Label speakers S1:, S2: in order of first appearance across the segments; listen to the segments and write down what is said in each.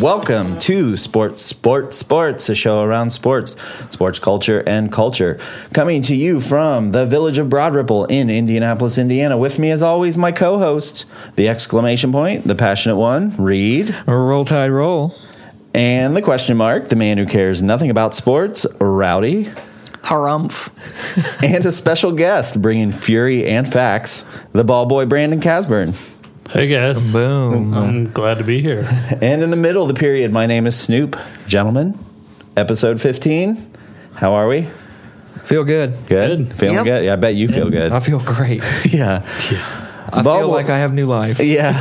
S1: Welcome to Sports, Sports, Sports, a show around sports, sports culture, and culture. Coming to you from the village of Broad Ripple in Indianapolis, Indiana. With me, as always, my co host, the exclamation point, the passionate one, Reed,
S2: Roll Tide Roll.
S1: and the question mark, the man who cares nothing about sports, Rowdy,
S2: Harumph.
S1: and a special guest bringing fury and facts, the ball boy, Brandon Casburn.
S3: I guess.
S2: Boom.
S3: I'm glad to be here.
S1: And in the middle of the period, my name is Snoop. Gentlemen, episode 15. How are we?
S2: Feel good.
S1: Good.
S3: Good.
S1: Feeling
S4: Yep.
S1: good? Yeah, I bet you feel good.
S2: I feel great.
S1: yeah.
S2: I
S1: Ball
S2: feel
S1: boy-
S2: like I have new life.
S1: Yeah.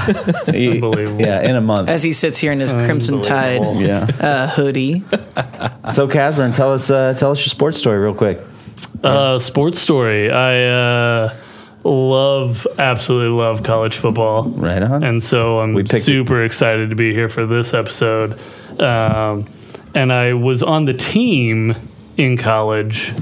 S3: Unbelievable.
S1: yeah, in a month.
S4: as he sits here in his Crimson Tide
S3: Unbelievable.
S1: Yeah.
S4: uh, hoodie.
S1: So, Catherine, tell us uh, tell us your sports story real quick.
S3: Uh, sports story. I uh, love, absolutely love college football.
S1: Right on.
S3: And so I'm
S1: We picked it.
S3: super excited to be here for this episode. Um, and I was on the team in college,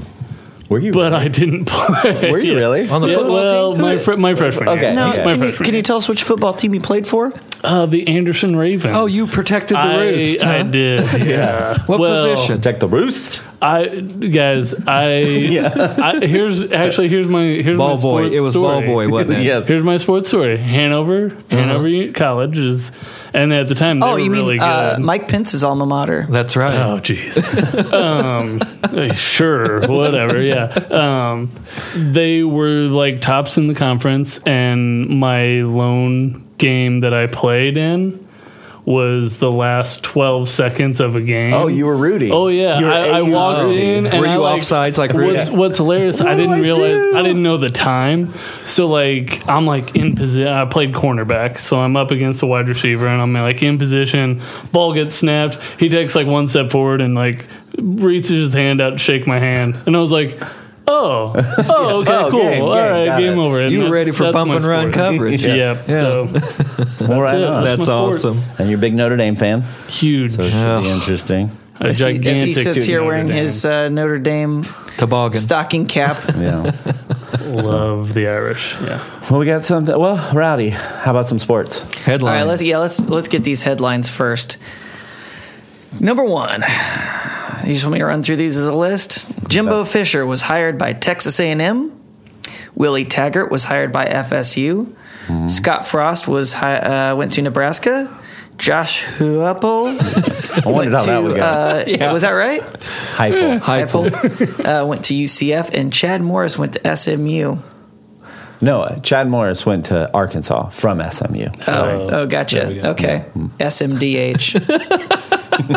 S1: were you?
S3: but I didn't play.
S1: were you really?
S2: On the
S3: Yeah,
S2: football
S3: well,
S2: team?
S3: my fr- my freshman
S1: Okay.
S3: year.
S1: No,
S4: Now,
S1: Yeah.
S3: my
S4: can, you,
S3: freshman
S4: can you
S3: year.
S4: tell us which football team you played for?
S3: uh, the Anderson Ravens.
S2: Oh, you protected the
S3: I,
S2: roost.
S3: I
S2: huh?
S3: did. Yeah.
S2: What
S3: Well,
S2: position?
S1: Protect the roost.
S3: I guys, I, I here's actually here's my here's my
S2: Ball boy.
S3: sports
S2: It was ball
S3: story.
S2: boy, wasn't it?
S1: Yes.
S3: Here's my sports story. Hanover, Hanover U- College is, and at the time they
S4: Oh,
S3: were
S4: you mean
S3: really
S4: uh,
S3: good.
S4: Mike Pence's alma mater?
S2: That's right.
S3: oh, jeez. um, eh, sure, whatever. Yeah. Um, they were like tops in the conference, and my lone game that I played in was the last 12 seconds of a game.
S1: Oh, you were Rudy.
S3: Oh yeah,
S1: You were
S3: I, I
S1: AU
S3: walked
S1: Rudy.
S3: in and
S2: Were
S3: I,
S2: you
S3: like,
S2: offsides like Rudy?
S3: what's, what's hilarious?
S4: Oh
S3: I didn't
S1: do I
S3: realize
S1: do?
S3: I didn't know the time, so like I'm like in position. I played cornerback, so I'm up against the wide receiver and I'm like in position. Ball gets snapped. He takes like one step forward and like reaches his hand out to shake my hand, and I was like. Oh, oh, okay,
S1: Oh,
S3: cool.
S1: game,
S3: All
S1: game,
S3: right,
S1: got
S3: game
S1: it.
S3: over. And
S2: you were
S3: that's-
S2: ready for
S3: that's
S2: bump
S3: my
S2: and run
S3: sport.
S2: coverage.
S3: Yeah. So
S1: Well, right
S3: it.
S1: on.
S2: That's
S3: That's- my sports.
S2: awesome.
S1: And you're a big Notre Dame fan.
S3: huge,
S1: So it should be
S2: Oh.
S1: interesting.
S3: a
S4: As he,
S3: gigantic.
S4: as he sits here
S3: Notre
S4: wearing
S3: Dame.
S4: his uh, Notre Dame
S2: Toboggan.
S4: stocking cap.
S1: Yeah.
S3: love the Irish. Yeah.
S1: well, we got something. Well, Rowdy, how about some sports?
S2: Headlines.
S4: All right, let's yeah, let's let's get these headlines first. Number one, you just want me to run through these as a list. Jimbo Fisher was hired by Texas A&M. Willie Taggart was hired by FSU.
S1: Mm-hmm.
S4: Scott Frost was hi- uh, went to Nebraska. Josh Huapel
S1: I wondered how that would
S4: to
S1: go.
S4: uh, was that right?
S1: Hypo.
S2: Hypel.
S4: Huapel, uh, went to UCF, and Chad Morris went to SMU.
S1: No, uh, Chad Morris went to Arkansas from SMU.
S4: Oh, oh
S3: there we
S4: gotcha.
S3: go.
S4: Okay,
S1: Mm-hmm.
S4: SMDH.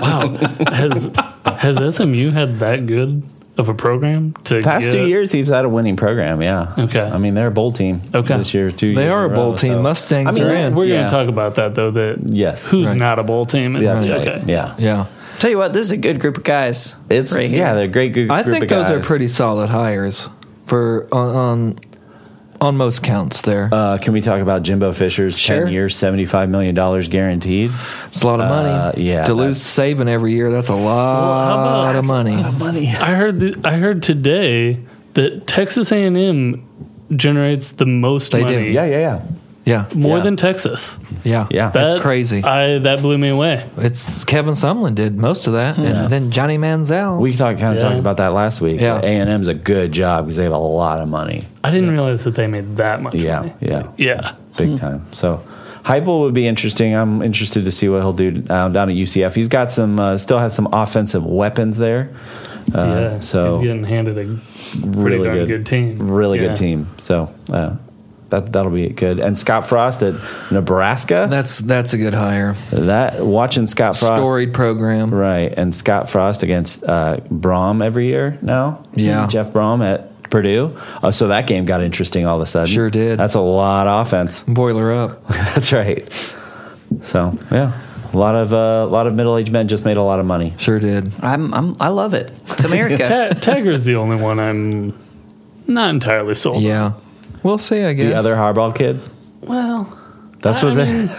S3: has has SMU had that good of a program to
S1: Past
S3: get-
S1: two years, he's had a winning program. Yeah.
S3: Okay.
S1: I mean, they're a bowl team.
S3: Okay.
S1: This year, two.
S2: They
S1: years
S2: are
S1: in
S2: a bowl
S1: row,
S2: team.
S1: so-
S2: Mustangs
S1: I mean,
S2: are in.
S3: We're
S1: Yeah.
S3: going to talk about that though. That
S1: Yes.
S3: who's
S2: Right.
S3: not a bowl team? And
S1: Yeah, that's
S3: okay.
S1: right. Yeah.
S2: Yeah.
S4: Tell you what, this is a good group of guys.
S1: It's
S4: right here.
S1: yeah, they're a great group.
S2: I
S1: group
S2: think
S1: of
S2: those are
S1: guys.
S2: pretty solid hires for on on, on most counts. There,
S1: Uh, can we talk about Jimbo Fisher's
S4: Sure.
S1: ten years, seventy five million dollars guaranteed?
S2: it's a lot of money.
S1: uh, yeah,
S2: to lose saving every year, that's a lot
S3: about-
S2: of money.
S1: Money.
S3: I heard th- I heard today that Texas A and M generates the most
S2: They do.
S3: money.
S1: Yeah, yeah, yeah.
S2: Yeah,
S3: More
S1: Yeah.
S3: than Texas.
S2: yeah,
S1: Yeah.
S2: That's
S3: That-
S2: crazy.
S3: I that blew me away.
S2: It's Kevin Sumlin did most of that, and then Johnny Manziel.
S1: We talk, kind of
S3: Yeah.
S1: talked about that last week.
S2: Yeah.
S1: A and M's a good job because they have a lot of money.
S3: I didn't realize that they made that much.
S1: Yeah,
S3: money.
S1: yeah,
S3: yeah.
S2: Hmm.
S1: big time. So. Hypel would be interesting. I'm interested to see what he'll do uh, down at UCF. He's got some, uh, still has some offensive weapons there.
S3: yeah.
S1: Uh, so-
S3: he's getting handed a pretty
S1: really
S3: darn
S1: good,
S3: good. team.
S1: Really
S3: Yeah.
S1: good team. So uh, that that'll be good. And Scott Frost at Nebraska.
S2: that's that's a good hire.
S1: that watching Scott Frost.
S2: Storied program.
S1: Right, and Scott Frost against uh, Brom every year now.
S2: Yeah.
S1: Jeff Brom at Purdue. Uh, so that game got interesting all of a sudden.
S2: Sure did.
S1: That's a lot of offense.
S2: Boiler up.
S1: That's right. So yeah, a lot of uh, lot of middle aged men just made a lot of money.
S2: Sure did.
S4: I'm, I'm I love it. It's America.
S3: Ta- Tiger's the only one I'm not entirely sold. on.
S2: Yeah, we'll see. I guess
S1: The other Harbaugh kid.
S3: Well.
S1: That's
S3: I
S1: what they-
S3: mean,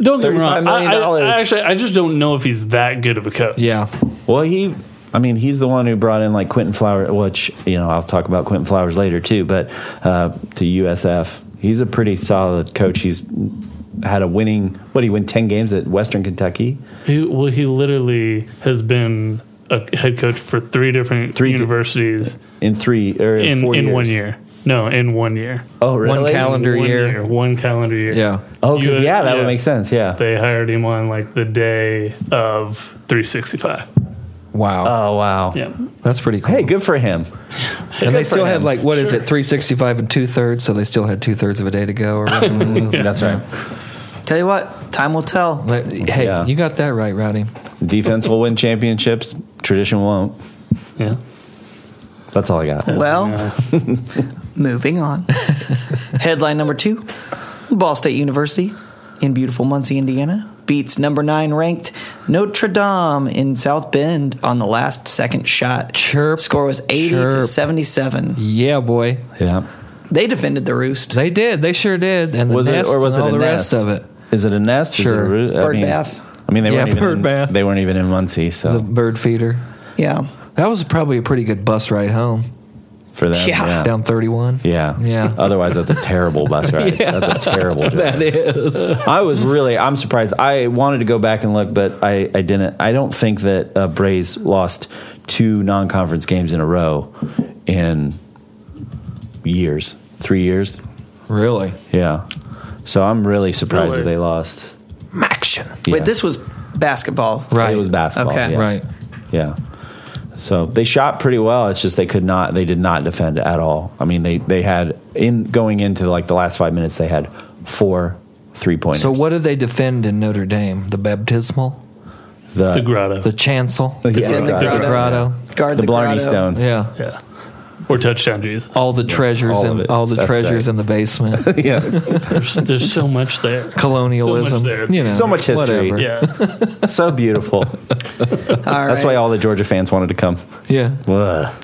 S3: Don't get
S1: $35
S3: me wrong.
S1: million
S3: I, I-
S1: dollars.
S3: I actually, I just don't know if he's that good of a coach.
S2: Yeah,
S1: Well, he, I mean, he's the one who brought in like Quentin Flowers, which you know I'll talk about Quentin Flowers later too. But uh, to USF, He's a pretty solid coach. He's had a winning. What he win ten games at Western Kentucky?
S3: He, well, he literally has been a head coach for three different
S1: Three di-
S3: universities
S1: in three or in,
S3: in,
S1: four
S3: in
S1: years.
S3: one year. No, in one year.
S1: Oh, really?
S2: One calendar
S3: One
S2: year.
S3: One calendar year.
S2: Yeah.
S1: Oh, because
S3: You-
S1: yeah, that
S3: yeah.
S1: would make sense. Yeah.
S3: They hired him on like the day of 365.
S2: Wow.
S1: Oh wow.
S3: Yeah.
S2: That's pretty cool.
S1: Hey, good for him.
S2: and they still
S1: for
S2: had
S1: him.
S2: like what is it, three sixty five and two thirds, so they still had two thirds of a day to go or whatever. it was.
S1: That's right.
S4: Tell you what, time will tell.
S2: But, hey,
S1: Yeah.
S2: you got that right, Rowdy.
S1: Defense will win championships. Tradition won't.
S3: Yeah.
S1: That's all I got.
S4: Well, moving on. Headline number two Ball State University in beautiful Muncie, Indiana beats number nine ranked Notre Dame in South Bend on the last second shot.
S2: Chirp,
S4: Score was 80 to
S2: chirp.
S4: 77.
S2: Yeah, boy.
S1: Yeah.
S4: They defended the roost.
S2: They did. They sure did. And the
S1: Was
S2: nest
S1: it or was
S2: and
S1: it
S2: all
S1: a
S2: the
S1: nest?
S2: rest of it.
S1: Is it a nest? Is it a
S2: Sure.
S1: roo- I
S4: Bird
S1: mean-
S4: bath.
S1: I mean, they
S2: Yeah,
S1: weren't even
S2: bird
S1: in,
S2: bath.
S1: They weren't even in Muncie, so
S2: The bird feeder.
S4: yeah.
S2: That was probably a pretty good bus ride home.
S1: for them,
S4: Yeah.
S1: yeah.
S2: Down thirty one.
S1: Yeah.
S2: Yeah.
S1: Otherwise, that's a terrible bus ride. That's a terrible job.
S2: That is.
S1: I was really, I'm surprised. I wanted to go back and look, but I, I didn't. I don't think that uh, Braves lost two non conference games in a row in years, three years.
S2: really?
S1: Yeah. So I'm really surprised that
S3: Really?
S1: they lost.
S2: Action.
S1: Yeah.
S4: Wait, this was basketball.
S2: Right.
S1: It was basketball.
S4: Okay.
S1: yeah.
S2: Right.
S1: Yeah. So they shot pretty well. It's just they could not. They did not defend at all. I mean, they they had in going into like the last five minutes, they had four three pointers.
S2: So what did they defend in Notre Dame? The baptismal?
S1: the
S3: The grotto.
S2: The chancel?
S1: yeah,
S4: Defend the
S1: the
S2: The
S4: grotto.
S2: grotto?
S4: Guard the,
S1: Blarney
S4: grotto.
S1: Stone.
S2: Yeah.
S3: yeah. Or touchdown Jesus.
S2: All the treasures
S1: all of
S2: and
S1: it.
S2: all the
S1: That's
S2: treasures
S1: right.
S2: in the basement.
S1: Yeah,
S3: There's, there's so much there.
S2: Colonialism.
S3: So much there.
S2: you know,
S1: So much history.
S2: whatever.
S3: Yeah.
S1: so beautiful.
S4: All
S1: That's
S4: right.
S1: why all the Georgia fans wanted to come.
S2: Yeah.
S1: Ugh.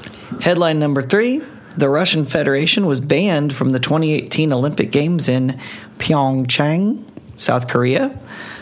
S4: Headline number three The Russian Federation was banned from the 2018 Olympic Games in Pyeongchang, South Korea,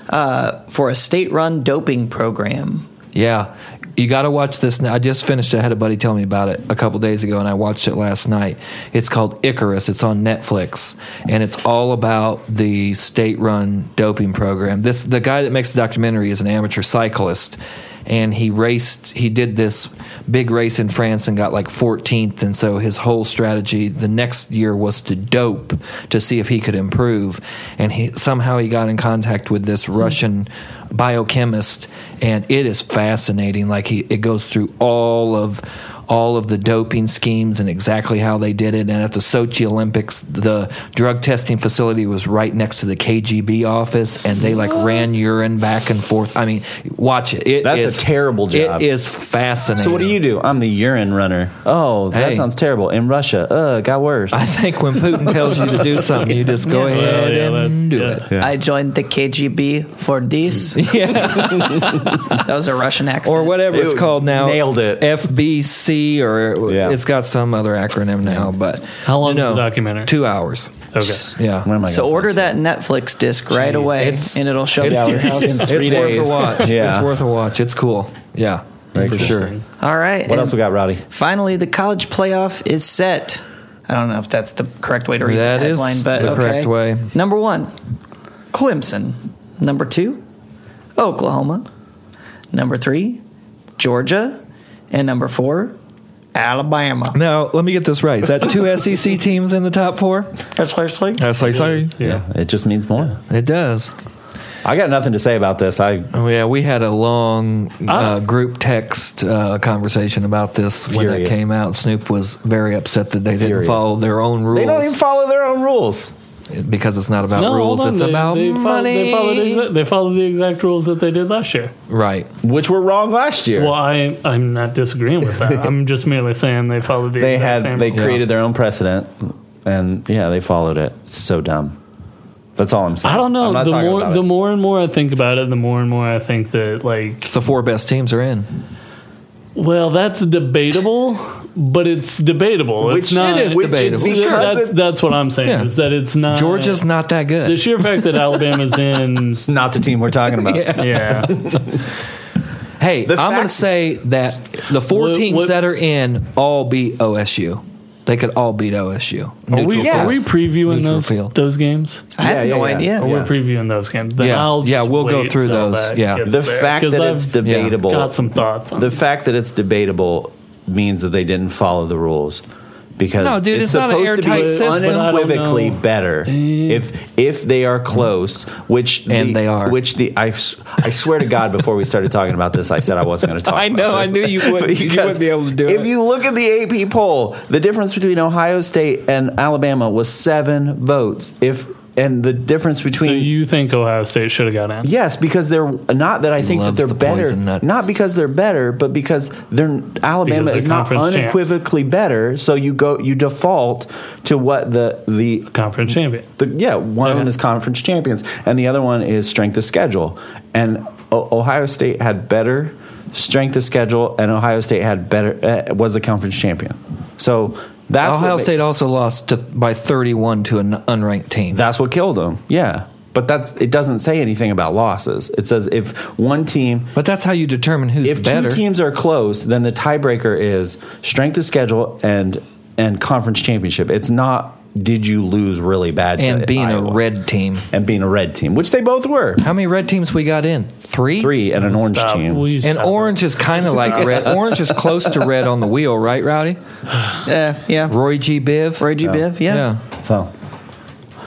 S4: uh, for a state run doping program.
S2: Yeah. You got to watch this now. I just finished it. I had a buddy tell me about it a couple days ago, and I watched it last night. It's called Icarus. It's on Netflix, and it's all about the state-run doping program. This the guy that makes the documentary is an amateur cyclist, and he raced. He did this big race in France and got like 14th, and so his whole strategy the next year was to dope to see if he could improve. And he somehow he got in contact with
S1: Mm-hmm.
S2: this Russian biochemist and it is fascinating like he it goes through all of all of the doping schemes and exactly how they did it and at the Sochi Olympics the drug testing facility was right next to the KGB office and they like ran urine back and forth I mean watch it, It
S1: That's a
S2: is-
S1: terrible job.
S2: it is fascinating
S1: So what do you do? I'm the urine runner. Oh, that
S2: Hey.
S1: sounds terrible. In Russia, uh, it got worse.
S2: I think when Putin tells you to do something you just go
S3: Well,
S2: ahead
S3: yeah, that-
S2: and do
S3: yeah.
S2: it
S1: Yeah.
S4: I joined the KGB for this. that was a Russian accent.
S2: or whatever it's
S1: Dude,
S2: called now.
S1: nailed it.
S2: FBC or
S1: Yeah.
S2: it's got some other acronym now. But
S3: How long is the documentary?
S2: Two hours.
S3: Okay.
S2: Yeah.
S1: Where am I
S4: So
S1: going
S4: order that Netflix disc right away,
S2: It's-
S4: and it'll show up
S1: it's-
S4: at your
S1: yeah,
S4: house.
S1: it's-
S2: it's
S1: Three
S2: worth
S1: days.
S2: a watch.
S1: Yeah.
S2: It's worth a watch. It's cool. Yeah. for sure.
S4: All right.
S1: What
S4: and
S1: else we got, Rowdy?
S4: Finally, the college playoff is set. I don't know if that's the correct way to read
S2: That
S4: the
S2: is
S4: headline, but
S2: the
S4: okay.
S2: correct way.
S4: Number one, Clemson. Number two, Oklahoma. Number three, Georgia, and number four, Alabama.
S2: Now let me get this right. Is that two SEC teams in the top four?
S4: That's seriously.
S2: That's like sorry.
S3: Yeah.
S1: It just means more.
S2: It does.
S1: I got nothing to say about this. I
S2: Oh, yeah, we had a long
S3: Ah.
S2: uh, group text uh, conversation about this when it
S1: Furious.
S2: came out. Snoop was very upset that they didn't
S1: Furious.
S2: follow their own rules.
S1: they don't even follow their own rules.
S2: because it's not about
S3: No, hold
S2: rules.
S3: on.
S2: It's
S3: They-
S2: about
S3: they follow-
S2: money.
S3: they, follow the exact, they follow the exact rules that they did last year.
S2: right.
S1: which were wrong last year.
S3: Well, I, I'm not disagreeing with that. I'm just merely saying they followed the
S1: they
S3: exact
S1: had
S3: same
S1: they
S3: rules.
S1: created their own precedent, and yeah, they followed it. It's so dumb. That's all I'm saying.
S3: I don't
S1: I'm
S3: know.
S1: not
S3: The
S1: talking
S3: more
S1: about
S3: the
S1: it.
S3: more and more I think about it, the more and more I think that like
S2: It's the four best teams are in.
S3: well, that's debatable, but it's debatable. it's
S2: Which
S3: not
S2: it is
S1: which
S2: debatable.
S1: it's because
S3: that's
S1: it-
S3: that's what I'm saying
S2: Yeah.
S3: is that it's not
S2: Georgia's not that
S3: the
S2: good.
S3: sheer fact that Alabama's in
S1: it's not the team we're talking about.
S3: yeah
S2: Hey,
S1: The
S2: I'm going to
S1: fact-
S2: say that the four
S3: What-
S2: teams
S3: what-
S2: that are in all beat OSU. They could all beat OSU.
S3: Are we,
S4: Yeah.
S3: are we previewing
S2: Neutral
S3: those
S2: field.
S3: those games?
S4: I have no idea.
S3: Or
S1: Yeah.
S3: Oh, we're previewing those games. Then
S2: Yeah.
S3: I'll
S2: Yeah,
S3: just
S2: we'll go
S3: wait
S2: through
S3: till
S2: those.
S3: that
S2: Yeah.
S3: gets
S1: The
S3: there,
S1: fact
S3: 'cause
S1: that
S3: I've
S1: it's debatable.
S3: Got some thoughts. On
S1: The fact that it's debatable means that they didn't follow the rules because
S2: No, dude, it's not an
S1: supposed to be
S2: airtight system.
S1: unequivocally
S3: I don't know. Eh.
S1: better if if they are close, which
S2: And
S1: the-
S2: they are.
S1: Which the I, s- I swear to God, before we started talking about this, I said I wasn't going to talk.
S2: I
S1: about
S2: know, I
S1: this.
S2: knew you wouldn't- you wouldn't
S1: Because
S2: be able to do
S1: if
S2: it.
S1: If you look at the AP poll, the difference between Ohio State and Alabama was seven votes. If and the difference
S3: so
S1: between
S3: you think Ohio State should have got in?
S1: Yes, because they're not that I think that
S2: loves
S1: they're
S2: the
S1: better.
S2: poison nuts.
S1: Not because they're better, but because they're Alabama
S3: Because
S1: is
S3: they're
S1: not
S3: conference champs.
S1: unequivocally better. So you go you default to what the the,
S3: Conference champion.
S1: the yeah one of them
S3: Okay.
S1: is conference champions and the other one is strength of schedule. And o- Ohio State had better strength of schedule, and Ohio State had better uh, was the conference champion. So that's
S2: Ohio
S1: what ma-
S2: State also lost to, by 31 to an unranked team.
S1: That's what killed them. Yeah. But that's it doesn't say anything about losses. It says if one team
S2: but that's how you determine who's
S1: if
S2: better.
S1: two teams are close, then the tiebreaker is strength of schedule and and conference championship. It's not did you lose really bad to
S2: and being
S1: Iowa.
S2: a red team.
S1: and being a red team, which they both were
S2: How many red teams we got in? Three?
S1: three and an orange
S3: Stop.
S1: team.
S3: Will you
S2: And
S3: stop?
S2: orange is kind of like red. Orange is close to red on the wheel, right, Rowdy?
S4: Uh, yeah.
S2: Roy G. Biv.
S4: Roy G. Biv, yeah.
S2: Yeah.
S1: so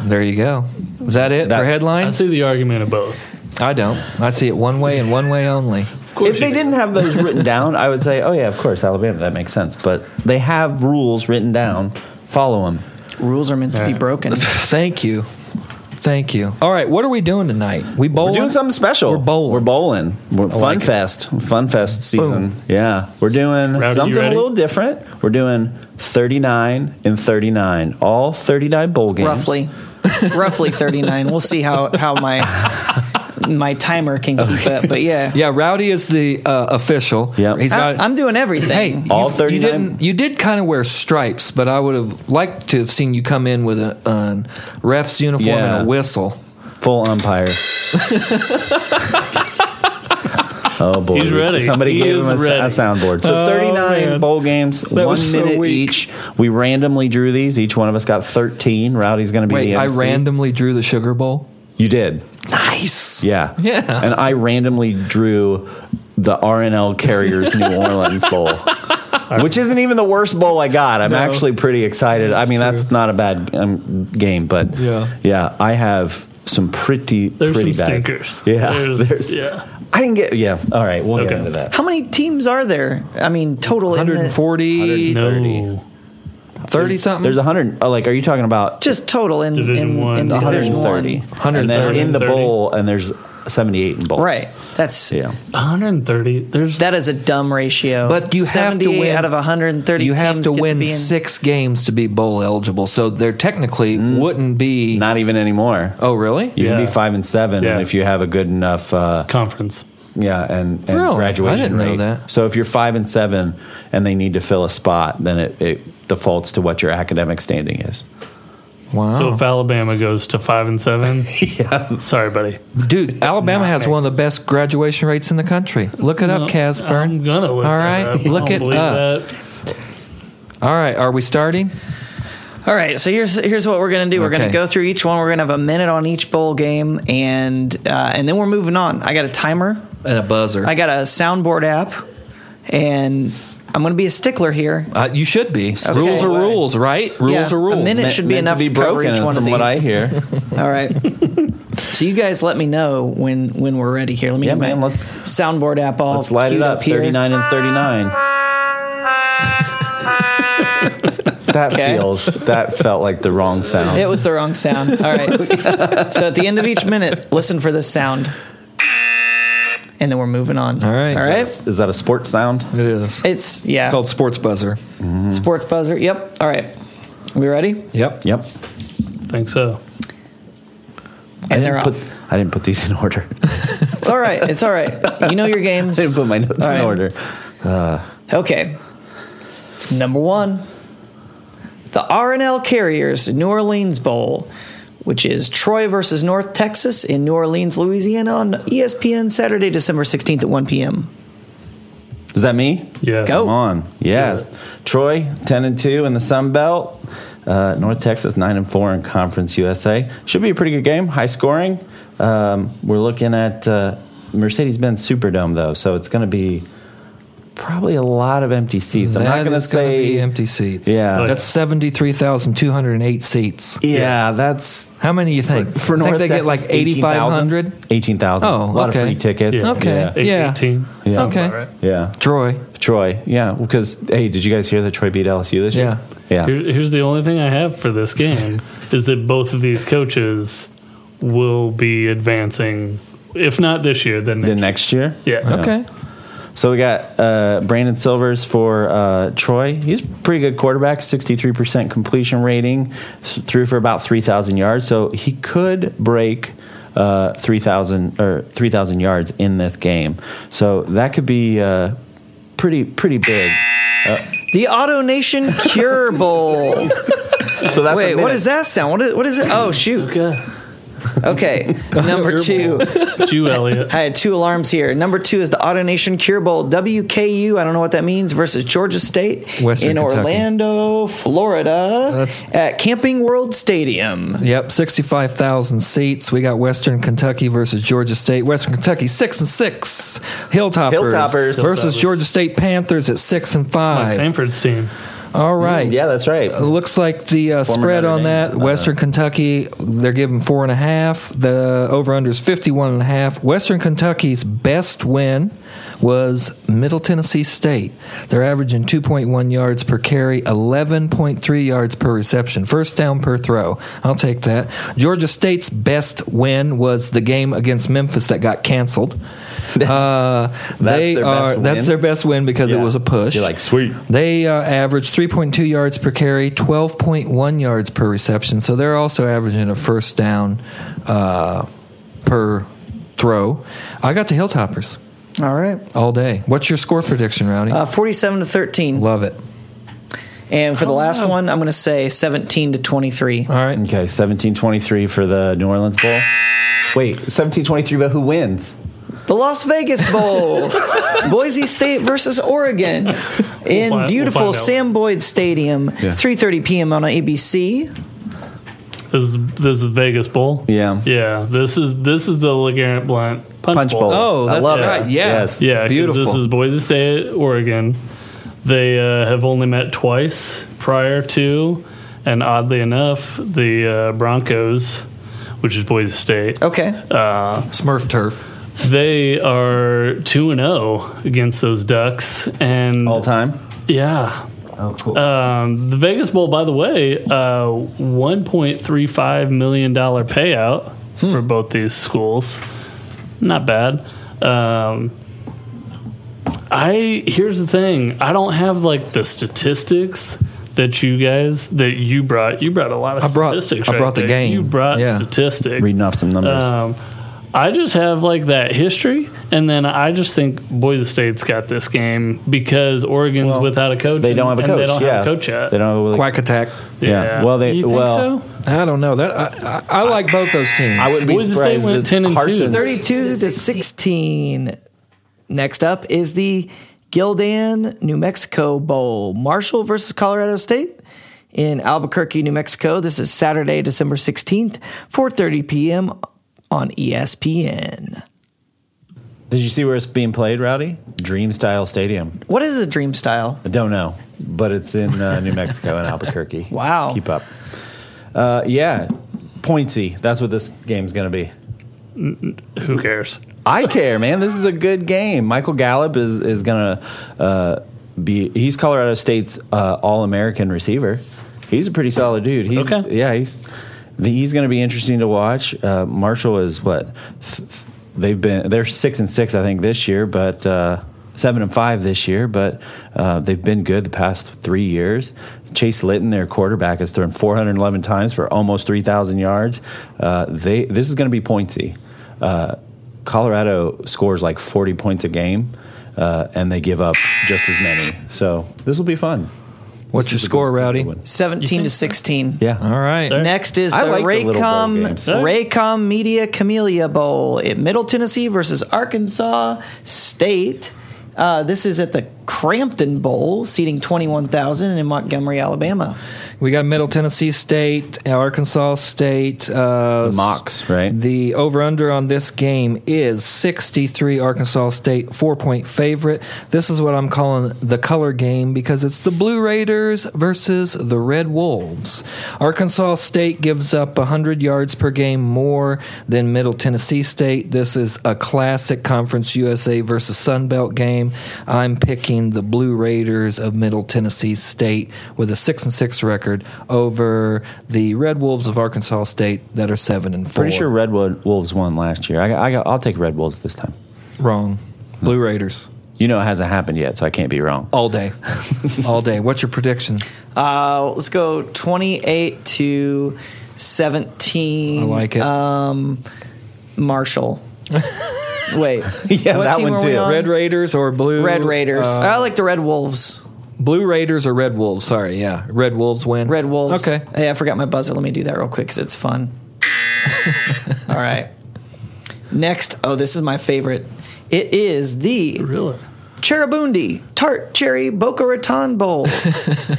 S2: There you go. Is that it
S1: That-
S2: for
S3: I
S2: headlines?
S3: see the argument of both.
S2: I don't. I see it one way and one way only.
S3: Of course
S1: if they
S3: you do.
S1: didn't have those written down, I would say, oh yeah, of course Alabama. That makes sense. But they have rules written down. Follow them.
S4: Rules are meant to be
S3: Yeah.
S4: broken.
S2: Thank you. Thank you. All right, what are we doing tonight? We bowling?
S1: We're doing something special.
S2: We're bowling.
S1: We're bowling. We're fun
S2: like it.
S1: fest. Fun fest season.
S2: Boom.
S1: Yeah. We're doing
S3: Rowdy, you
S1: something a
S3: ready?
S1: little different. We're doing 39 and 39. All 39 bowl games.
S4: roughly roughly 39 we'll see how how my my timer can keep up but yeah,
S2: Yeah, Rowdy is the uh, official.
S1: Yep.
S2: he's
S4: I,
S2: got.
S4: i'm doing
S2: hey,
S4: everything
S2: you-
S1: All
S2: You
S1: 39?
S2: didn't. You did kind of wear stripes, but I would have liked to have seen you come in with a an ref's uniform
S1: Yeah.
S2: and a whistle.
S1: Full umpire. oh, boy.
S3: He's ready.
S1: Somebody
S3: He
S1: gave
S3: is
S1: him a, s- a
S3: ready. Oh,
S1: soundboard. So 39
S2: man.
S1: bowl games, one
S2: was so
S1: minute
S2: weak.
S1: each. We randomly drew these. Each one of us got 13. Rowdy's going to be
S2: Wait,
S1: the
S2: I
S1: MC.
S2: randomly drew the Sugar Bowl.
S1: You did.
S2: Nice.
S1: Yeah.
S2: Yeah.
S1: And I randomly drew the RNL Carriers New Orleans Bowl. Which isn't even the worst bowl I got. I'm actually pretty excited. I mean, that's not a bad um, game, but
S2: Yeah.
S1: yeah, I have some pretty
S3: There's
S1: pretty
S3: some
S1: bad.
S3: stinkers.
S1: Yeah,
S3: There's-
S1: there's-
S3: yeah.
S1: I didn't get. Yeah, all right, we'll get
S3: Okay.
S1: into that.
S4: how many teams are there i mean total in the-
S2: 140,
S3: No.
S2: 30 something.
S1: There's 100. Oh, like, are you talking about
S4: just total in
S3: Division
S4: in,
S3: one.
S4: in
S3: It's
S4: division
S1: 130?
S4: 130
S1: And then
S2: 130.
S1: in the bowl, and there's 78 in bowl.
S4: right that's
S1: Yeah.
S3: 130. There's
S4: that is a dumb ratio
S2: But you have to
S4: 78
S2: win-
S4: out of 130
S2: you have
S4: teams
S2: to
S4: get
S2: win
S4: be in-
S2: six games to be bowl eligible, so there technically wouldn't be.
S1: Mm. Not even anymore.
S2: oh, really?
S1: You can
S3: Yeah.
S1: be five and seven,
S3: Yeah.
S1: and if you have a good enough uh,
S3: conference.
S1: Yeah, and, and
S2: Really?
S1: graduation
S2: I didn't know
S1: rate.
S2: that.
S1: So if you're five and seven and they need to fill a spot, then it, it defaults to what your academic standing is.
S2: Wow.
S3: So if Alabama goes to five and seven,
S1: yes.
S3: sorry, buddy.
S2: Dude, Alabama
S3: Not
S2: has
S3: right.
S2: one of the best graduation rates in the country. Look it up,
S3: No,
S2: Casper.
S3: I'm gonna look.
S2: All
S3: it
S2: right,
S3: up. I
S2: look
S3: don't
S2: it
S3: believe
S2: up.
S3: that.
S2: All right, are we starting?
S4: All right, so here's here's what we're gonna do. We're gonna
S2: Okay.
S4: go through each one. We're gonna have a minute on each bowl game, and uh, and then we're moving on. I got a timer.
S2: And a buzzer.
S4: I got a soundboard app, and I'm going to be a stickler here.
S2: uh, you should be.
S4: Okay.
S2: Rules are
S4: Right.
S2: rules, right? Rules
S4: Yeah,
S2: are
S4: a
S2: rules.
S4: minute- It should be enough
S1: to be
S4: to cover
S1: broken,
S4: each one of
S1: from what I
S4: these.
S1: hear.
S4: All right. so you guys let me know when when we're ready here. Let me
S1: Yeah,
S4: get my
S1: man, let's-
S4: soundboard app all
S1: Let's light it
S4: queued
S1: up.
S4: here.
S1: Thirty nine and thirty nine. that
S4: Okay.
S1: feels. That felt like the wrong sound.
S4: It was the wrong sound. All right. so at the end of each minute, listen for this sound, and then we're moving on.
S2: All right.
S4: All right.
S1: Is that a sports sound?
S2: It is. It's
S4: It's yeah.
S2: called sports buzzer.
S1: Hmm.
S4: sports buzzer. Yep. All right. We ready?
S2: Yep.
S1: Yep.
S3: I think so.
S1: I
S4: And
S1: didn't
S4: they're
S1: put.
S4: off.
S1: I didn't put these in order. I
S4: It's all right. It's all right. You know your games.
S1: didn't put my notes in
S4: All right.
S1: order.
S4: Okay. Number one, the RNL Carriers New Orleans Bowl, which is Troy versus North Texas E in New Orleans, Louisiana on ESPN Saturday, December 16th at 1 p.m.
S1: Is that me?
S3: Yeah.
S4: Go.
S1: Come on. Yeah.
S3: Do
S1: Troy, 10 and 2 in the Sun Belt. Uh, North Texas, 9 and 4 in Conference USA. Should be a pretty good game, high scoring. Um, we're looking at uh, Mercedes Benz Superdome, though, so it's going to be probably a lot of empty seats. I'm
S2: That
S1: not going to
S2: is gonna
S1: say.
S2: be empty seats.
S1: Yeah.
S3: Oh, yeah.
S2: that's seventy three thousand two hundred and eight seats.
S1: Yeah, that's.
S2: How many do you think?
S1: For
S2: I think
S1: North
S2: they get
S1: Texas,
S2: like eighty five hundred.
S1: 18,000.
S2: Oh,
S1: a lot
S2: okay.
S1: of free tickets.
S3: Yeah.
S2: Okay.
S1: Yeah.
S3: Eight-
S2: Yeah.
S3: 18.
S1: Yeah.
S3: Sounds
S2: Okay.
S3: about right.
S1: Yeah.
S2: Troy.
S1: Troy. Yeah. Because, hey, did you guys hear that Troy beat LSU this year? Yeah.
S3: Here, here's the only thing I have for this game is that both of these coaches will be advancing, if not this year, then
S1: The
S3: next.
S1: next year?
S3: Yeah.
S2: Okay.
S1: So we got uh, Brandon Silvers for uh, Troy. He's a pretty good quarterback, 63% completion rating, s- threw for about 3,000 yards. So he could break uh, 3,000 or 3,000 yards in this game. So that could be uh, pretty pretty big.
S4: The Auto Nation Cure Bowl.
S1: So that's a
S4: Wait, what
S1: minute.
S4: does that sound? What is, what is it? Oh, shoot.
S3: Okay.
S4: Okay. Number two.
S3: Jew Elliott.
S4: I had two alarms here. Number two is the Auto Nation Cure Bowl, WKU. I don't know what that means versus Georgia State
S2: Western
S4: in
S2: Kentucky.
S4: Orlando, Florida,
S2: That's-
S4: at Camping World Stadium.
S2: Yep, sixty-five thousand seats. We got Western Kentucky versus Georgia State. Western Kentucky six and six. Hilltoppers,
S1: Hilltoppers.
S2: versus
S3: Hilltoppers.
S2: Georgia State Panthers at six and
S3: My
S2: five.
S3: Sanford's team.
S2: All right.
S1: Yeah, that's right.
S2: It looks like the uh,
S1: Former
S2: spread
S1: Notre
S2: on
S1: Dame,
S2: that
S1: uh,
S2: Western Kentucky they're giving four and a half. The over under is fifty one and a half. Western Kentucky's best win was Middle Tennessee State. They're averaging two point one yards per carry, eleven point three yards per reception, first down per throw. I'll take that. Georgia State's best win was the game against Memphis that got canceled. Uh, they
S1: their best
S2: are that's
S1: win?
S2: their best win because it
S1: Yeah.
S2: was a push.
S1: You're like, sweet.
S2: They uh, average 3.2 yards per carry, 12.1 yards per reception. So they're also averaging a first down uh, per throw. I got the Hilltoppers
S4: All right.
S2: all day. What's your score prediction, Rowdy?
S4: Uh, 47 to 13.
S2: Love it.
S4: And
S3: oh,
S4: for the last one, I'm going to say 17 to 23.
S2: All right.
S1: Okay, 1723 for the New Orleans Bowl. Wait, 1723, but who wins?
S4: The Las Vegas Bowl, Boise State versus Oregon in
S3: we'll
S4: beautiful
S3: find out.
S4: Sam Boyd Stadium, 3:30 p.m. on ABC.
S3: This is this is Vegas Bowl.
S1: Yeah.
S3: Yeah. This is this is the LeGarrette Blunt Punch,
S1: Punch Bowl.
S2: Oh,
S1: I
S2: that's
S1: love it.
S2: right. Yeah.
S1: Yes.
S3: Yeah, 'cause
S2: Beautiful.
S3: This is Boise State, Oregon. They uh, have only met twice prior to, and oddly enough, the uh, Broncos, which is Boise State,
S4: Okay.
S2: Smurf turf.
S3: they are two and zero against those Ducks, and
S1: All time.
S3: yeah.
S1: Oh, cool.
S3: Um, the Vegas Bowl, by the way, uh, one point three five million dollar payout
S2: Hmm.
S3: for both these schools. Not bad. Um, I here's the thing. I don't have like the statistics that you guys that you brought. You brought a lot of
S2: I brought-
S3: statistics.
S2: I
S3: right
S2: brought the
S3: there.
S2: game.
S3: You brought
S2: Yeah.
S3: statistics.
S1: Reading off some numbers.
S3: Um, I just have like that history, and then I just think Boise State's got this game because Oregon's
S1: Well,
S3: without a coach.
S1: they don't have a
S3: and
S1: coach.
S3: They don't
S1: yeah.
S3: have a coach yet.
S1: They don't have a
S2: Quack attack.
S1: Yeah. Well, they
S3: you think
S1: well.
S3: so?
S2: I don't know. That I, I, I like both those teams.
S1: I wouldn't be
S3: Boise State
S1: surprised.
S3: went
S1: that
S3: 10 and two.
S1: Harsin-
S4: 32 to 16. Next up is the Gildan New Mexico Bowl, Marshall versus Colorado State in Albuquerque, New Mexico. This is Saturday, December 16th, 4:30 p.m. on E ESPN.
S1: Did you see where it's being played, Rowdy? Dream Style Stadium.
S4: What is a dream style?
S1: I don't know, but it's in uh, New Mexico in Albuquerque.
S4: Wow.
S1: Keep up. Uh, yeah, pointsy. That's what this game's going to be.
S3: Who cares?
S1: I care, man. This is a good game. Michael Gallup is is gonna uh, be. He's Colorado State's uh, All American receiver. He's a pretty solid dude. He's,
S3: Okay.
S1: Yeah, he's the, he's going to be interesting to watch. Uh, Marshall is what th- th- they've been. They're six and six, I think, this year, but uh, seven and five this year. But uh, they've been good the past three years. Chase Litton, their quarterback, has thrown 411 times for almost 3,000 yards. Uh, they this is going to be pointsy. Uh, Colorado scores like 40 points a game, uh, and they give up just as many. So this will be fun.
S2: What's your score, Rowdy?
S1: Good one.
S4: 17 to 16.
S1: Yeah.
S2: All right.
S4: Next is the
S1: I like the little bowl
S4: Raycom
S1: games.
S4: Raycom Media Camellia Bowl at Middle Tennessee versus Arkansas State Uh, this is at the Crampton Bowl, seating 21,000 in Montgomery, Alabama.
S2: We got Middle Tennessee State, Arkansas State. Uh,
S1: The Mocs, right?
S2: The over under on this game is 63 Arkansas State, four point favorite. This is what I'm calling the color game because it's the Blue Raiders versus the Red Wolves. Arkansas State gives up 100 yards per game more than Middle Tennessee State. This is a classic Conference USA versus Sun Belt game. I'm picking the Blue Raiders of Middle Tennessee State with a 6 and 6 record over the Red Wolves of Arkansas State that are 7 and 4.
S1: Pretty sure Red Wo- Wolves won last year. I, got- I, got- I'll take Red Wolves this time.
S2: Wrong.
S4: Hmm.
S2: Blue Raiders.
S1: You know it hasn't happened yet, so I can't be wrong.
S2: All day. All day. What's your prediction?
S4: Uh, let's go 28 to 17.
S2: I like it.
S4: Um, Marshall. Wait.
S1: Yeah, that one
S4: were we
S1: too.
S4: on?
S2: Red Raiders or Blue
S4: Red Raiders.
S2: uh,
S4: I like the Red Wolves.
S2: Blue Raiders or Red Wolves? Sorry, yeah. Red Wolves win.
S4: Red Wolves.
S2: Okay.
S4: Hey, I forgot my buzzer. Let me do that real quick because it's fun. All right. Next. Oh, this is my favorite. It is the
S3: Really?
S4: Cherubundi Tart Cherry Boca Raton Bowl,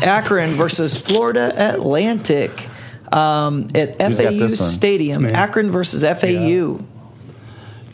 S4: Akron versus Florida Atlantic um, at
S1: Who's got
S4: FAU
S1: this one?
S4: Stadium.
S3: It's me.
S4: Akron versus FAU.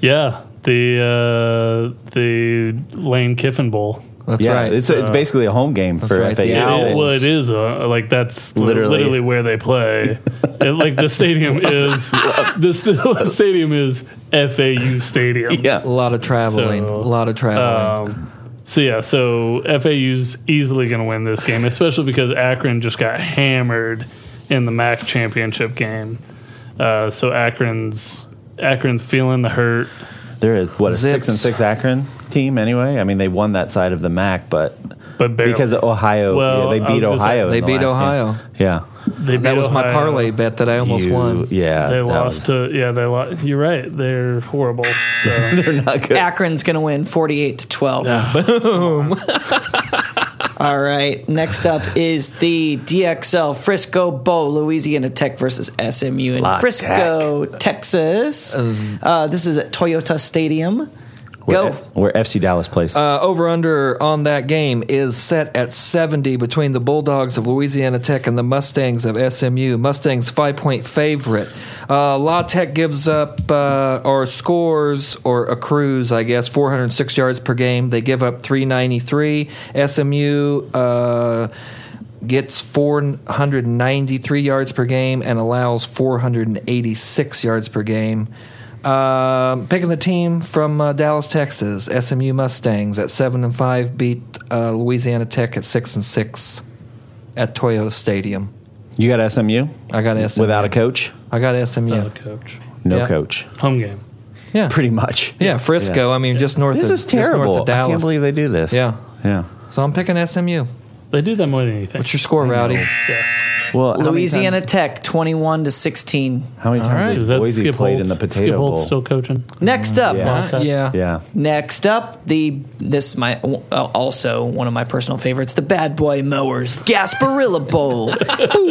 S3: Yeah. The uh, the Lane Kiffin Bowl.
S2: That's
S1: yeah,
S2: right.
S1: it's, it's basically a home game for
S2: right,
S1: FAU.
S2: the
S3: Uh, It-
S2: Owls.
S3: It, well, it is a, like that's li-
S1: Literally.
S3: literally, where they play. It- like the stadium is this the stadium is FAU Stadium.
S2: a
S1: Yeah,
S2: lot of traveling.
S3: So,
S2: a lot of traveling.
S3: Um, so yeah, so FAU's easily going to win this game, especially because Akron just got hammered in the MAC championship game. Uh, so Akron's Akron's feeling the hurt.
S1: they're a, what a six
S2: Zips.
S1: and six Akron team anyway. I mean, they won that side of the MAC, but
S3: But barely.
S1: because of Ohio,
S3: Well,
S1: yeah,
S3: I
S1: they
S3: was
S1: beat
S3: gonna say-
S1: Ohio. in
S2: They
S1: the
S2: beat
S1: last game.
S2: Ohio.
S1: Yeah,
S3: they beat
S2: that was my
S3: Ohio.
S2: parlay bet that I almost
S1: You-
S2: won.
S1: Yeah,
S3: They
S1: that
S3: lost to yeah. They lost. You're right. They're horrible. So.
S1: was- they're not good.
S4: Akron's going to win 48 to 12. All right. Next up is the DXL Frisco Bowl, Louisiana Tech versus SMU in
S1: La Um,
S4: Frisco, Texas. Uh, this is at Toyota Stadium.
S1: Where-
S4: Go.
S1: Where FC Dallas plays.
S2: Uh, over under on that game is set at 70 between the Bulldogs of Louisiana Tech and the Mustangs of SMU. Mustangs five point favorite. Uh, La Tech gives up uh, or scores or accrues, I guess, 406 yards per game. They give up 393. SMU. Uh, gets 493 yards per game and allows 486 yards per game. Um picking the team from uh, Dallas, Texas, SMU Mustangs at seven and five beat uh, Louisiana Tech at six and six at Toyota Stadium.
S1: you got SMU
S2: I got SMU
S1: without a coach,
S2: I got SMU.
S3: Oh, coach.
S1: no
S2: Yeah.
S1: coach,
S3: Home game.
S2: yeah,
S1: pretty much.
S2: yeah, Frisco. I mean, just north.
S1: This
S2: of,
S1: is
S2: just north of
S1: terrible. I
S2: Dallas.
S1: can't believe they do this.
S2: Yeah.
S1: yeah.
S2: so I'm picking SMU.
S3: They do that more than anything.
S2: What's your score, Rowdy?
S3: yeah.
S1: Well, how many
S4: Louisiana
S1: times-
S4: Tech 21 to 16.
S1: How many times,
S2: right.
S1: has
S3: Is that
S1: Boise
S3: Skip
S1: played
S3: Holtz?
S1: in the
S3: Skip
S1: Potato
S3: Holtz
S1: Bowl?
S3: still coaching.
S4: Next up.
S1: Mm, Yeah.
S2: Uh, yeah,
S1: yeah,
S4: Next up, the this is my also one of my personal favorites, the Bad Boy Mowers Gasparilla Bowl,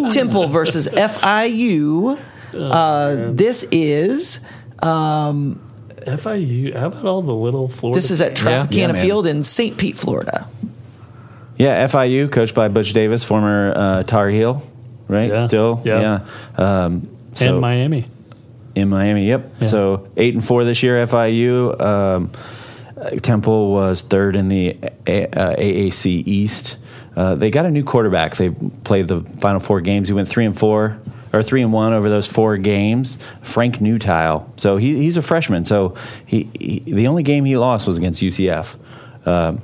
S4: Temple versus FIU.
S3: Oh,
S4: Uh, this is
S3: FIU. How about all the little Florida?
S4: this is at Tropicana
S1: Yeah, man.
S4: Field in St. Pete, Florida.
S1: yeah. FIU, coached by Butch Davis, former uh, Tar Heel, right?
S3: Yeah.
S1: Still,
S3: Yeah.
S1: yeah. Um, so,
S3: and Miami.
S1: in Miami. Yep.
S3: Yeah.
S1: So eight and four this year. FIU. Um, uh, Temple was third in the A- uh, AAC East. Uh, they got a new quarterback. They played the final four games. He went three and four or three and one over those four games. Frank Newtile. So he, he's a freshman. So he, he the only game he lost was against UCF. Um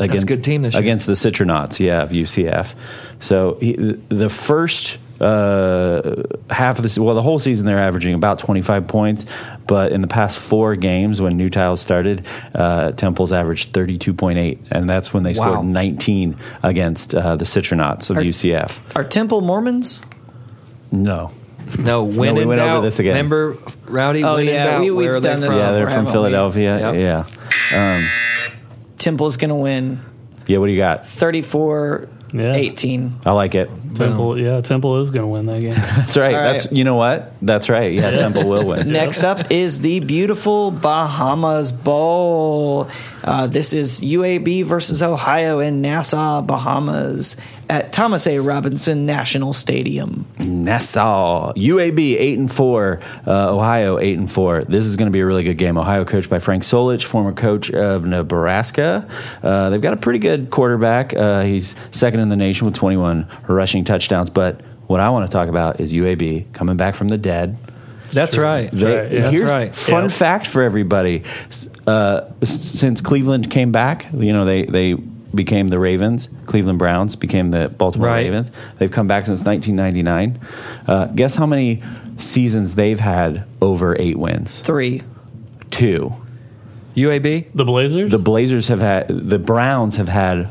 S1: against
S2: a good team this year.
S1: against the Citronauts, yeah, of UCF. So he, the first uh, half of this, well, the whole season they're averaging about 25 points, but in the past four games when New Tiles started, uh, Temple's averaged 32.8, and that's when they
S2: Wow.
S1: scored 19 against uh, the Citronauts of UCF.
S4: Are Temple Mormons?
S1: No.
S2: No, when
S1: we
S2: in
S1: went over
S2: doubt.
S1: this again.
S2: Remember, Rowdy.
S4: Oh,
S2: when in
S4: yeah,
S2: doubt,
S4: we- we've
S2: where are they
S4: done this
S2: from?
S1: Yeah, they're
S4: Or
S1: from
S4: haven't we?
S1: Philadelphia.
S2: Yep.
S1: Yeah.
S4: Temple's going to win
S1: Yeah, what do you got?
S4: 34
S3: Yeah.
S4: 18.
S1: I like it.
S3: Temple, yeah, Temple is going to win that game.
S1: That's right.
S4: All right.
S1: That's you know what? That's right. Yeah, Temple will win.
S4: Next up is the beautiful Bahamas Bowl. Uh, this is UAB versus Ohio in Nassau, Bahamas at Thomas A. Robinson National Stadium.
S1: Nassau, UAB eight and four, uh, Ohio eight and four. This is going to be a really good game. Ohio coached by Frank Solich, former coach of Nebraska. Uh, they've got a pretty good quarterback. Uh, he's second in the nation with 21 rushing touchdowns. But what I want to talk about is UAB coming back from the dead.
S2: That's right.
S1: They-
S3: right, yeah. That's
S1: Here's
S2: right.
S1: fun
S3: Yeah.
S1: fact for everybody: S- uh, s- since Cleveland came back, you know they they became the Ravens. Cleveland Browns became the Baltimore
S2: Right.
S1: Ravens. They've come back since 1999. Uh, guess how many seasons they've had over eight wins?
S4: Three.
S1: Two.
S2: UAB.
S3: The Blazers?
S1: The Blazers have had. The Browns have had.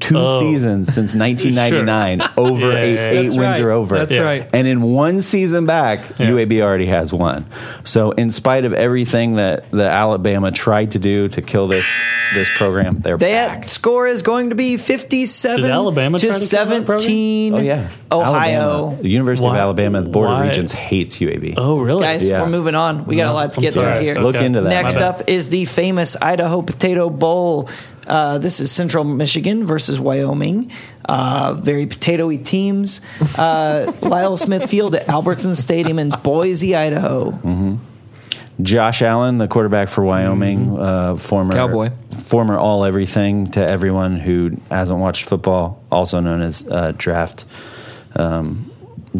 S1: two
S3: Oh.
S1: seasons since 1999 over
S3: Yeah,
S1: eight,
S3: yeah, yeah.
S1: eight
S2: That's
S1: wins
S2: right.
S1: are over
S2: That's
S3: Yeah.
S2: right.
S1: and in one season back,
S3: Yeah.
S1: UAB already has one. So, in spite of everything that, that Alabama tried to do to kill this this program, they're back.
S4: That score is going to be 57
S3: Did Alabama
S4: to
S3: try to kill that program?
S4: 17.
S1: oh yeah,
S4: Ohio.
S1: Alabama. the University of
S3: Why-
S1: Alabama, the Board of
S3: why-
S1: Regents hates UAB.
S3: oh, really?
S4: Guys,
S1: Yeah.
S4: we're moving on. We got a lot to
S3: I'm
S4: get
S3: sorry.
S4: through here.
S1: Look into that.
S4: Next
S3: My bad.
S4: up is the famous Idaho Potato Bowl. Uh, this is Central Michigan versus Wyoming. Uh, very potatoy teams. Uh, Lyle Smith Field at Albertson Stadium in Boise, Idaho.
S1: Josh Allen, the quarterback for Wyoming, uh, former
S2: Cowboy.
S1: former all everything to everyone who hasn't watched football, also known as uh, draft um,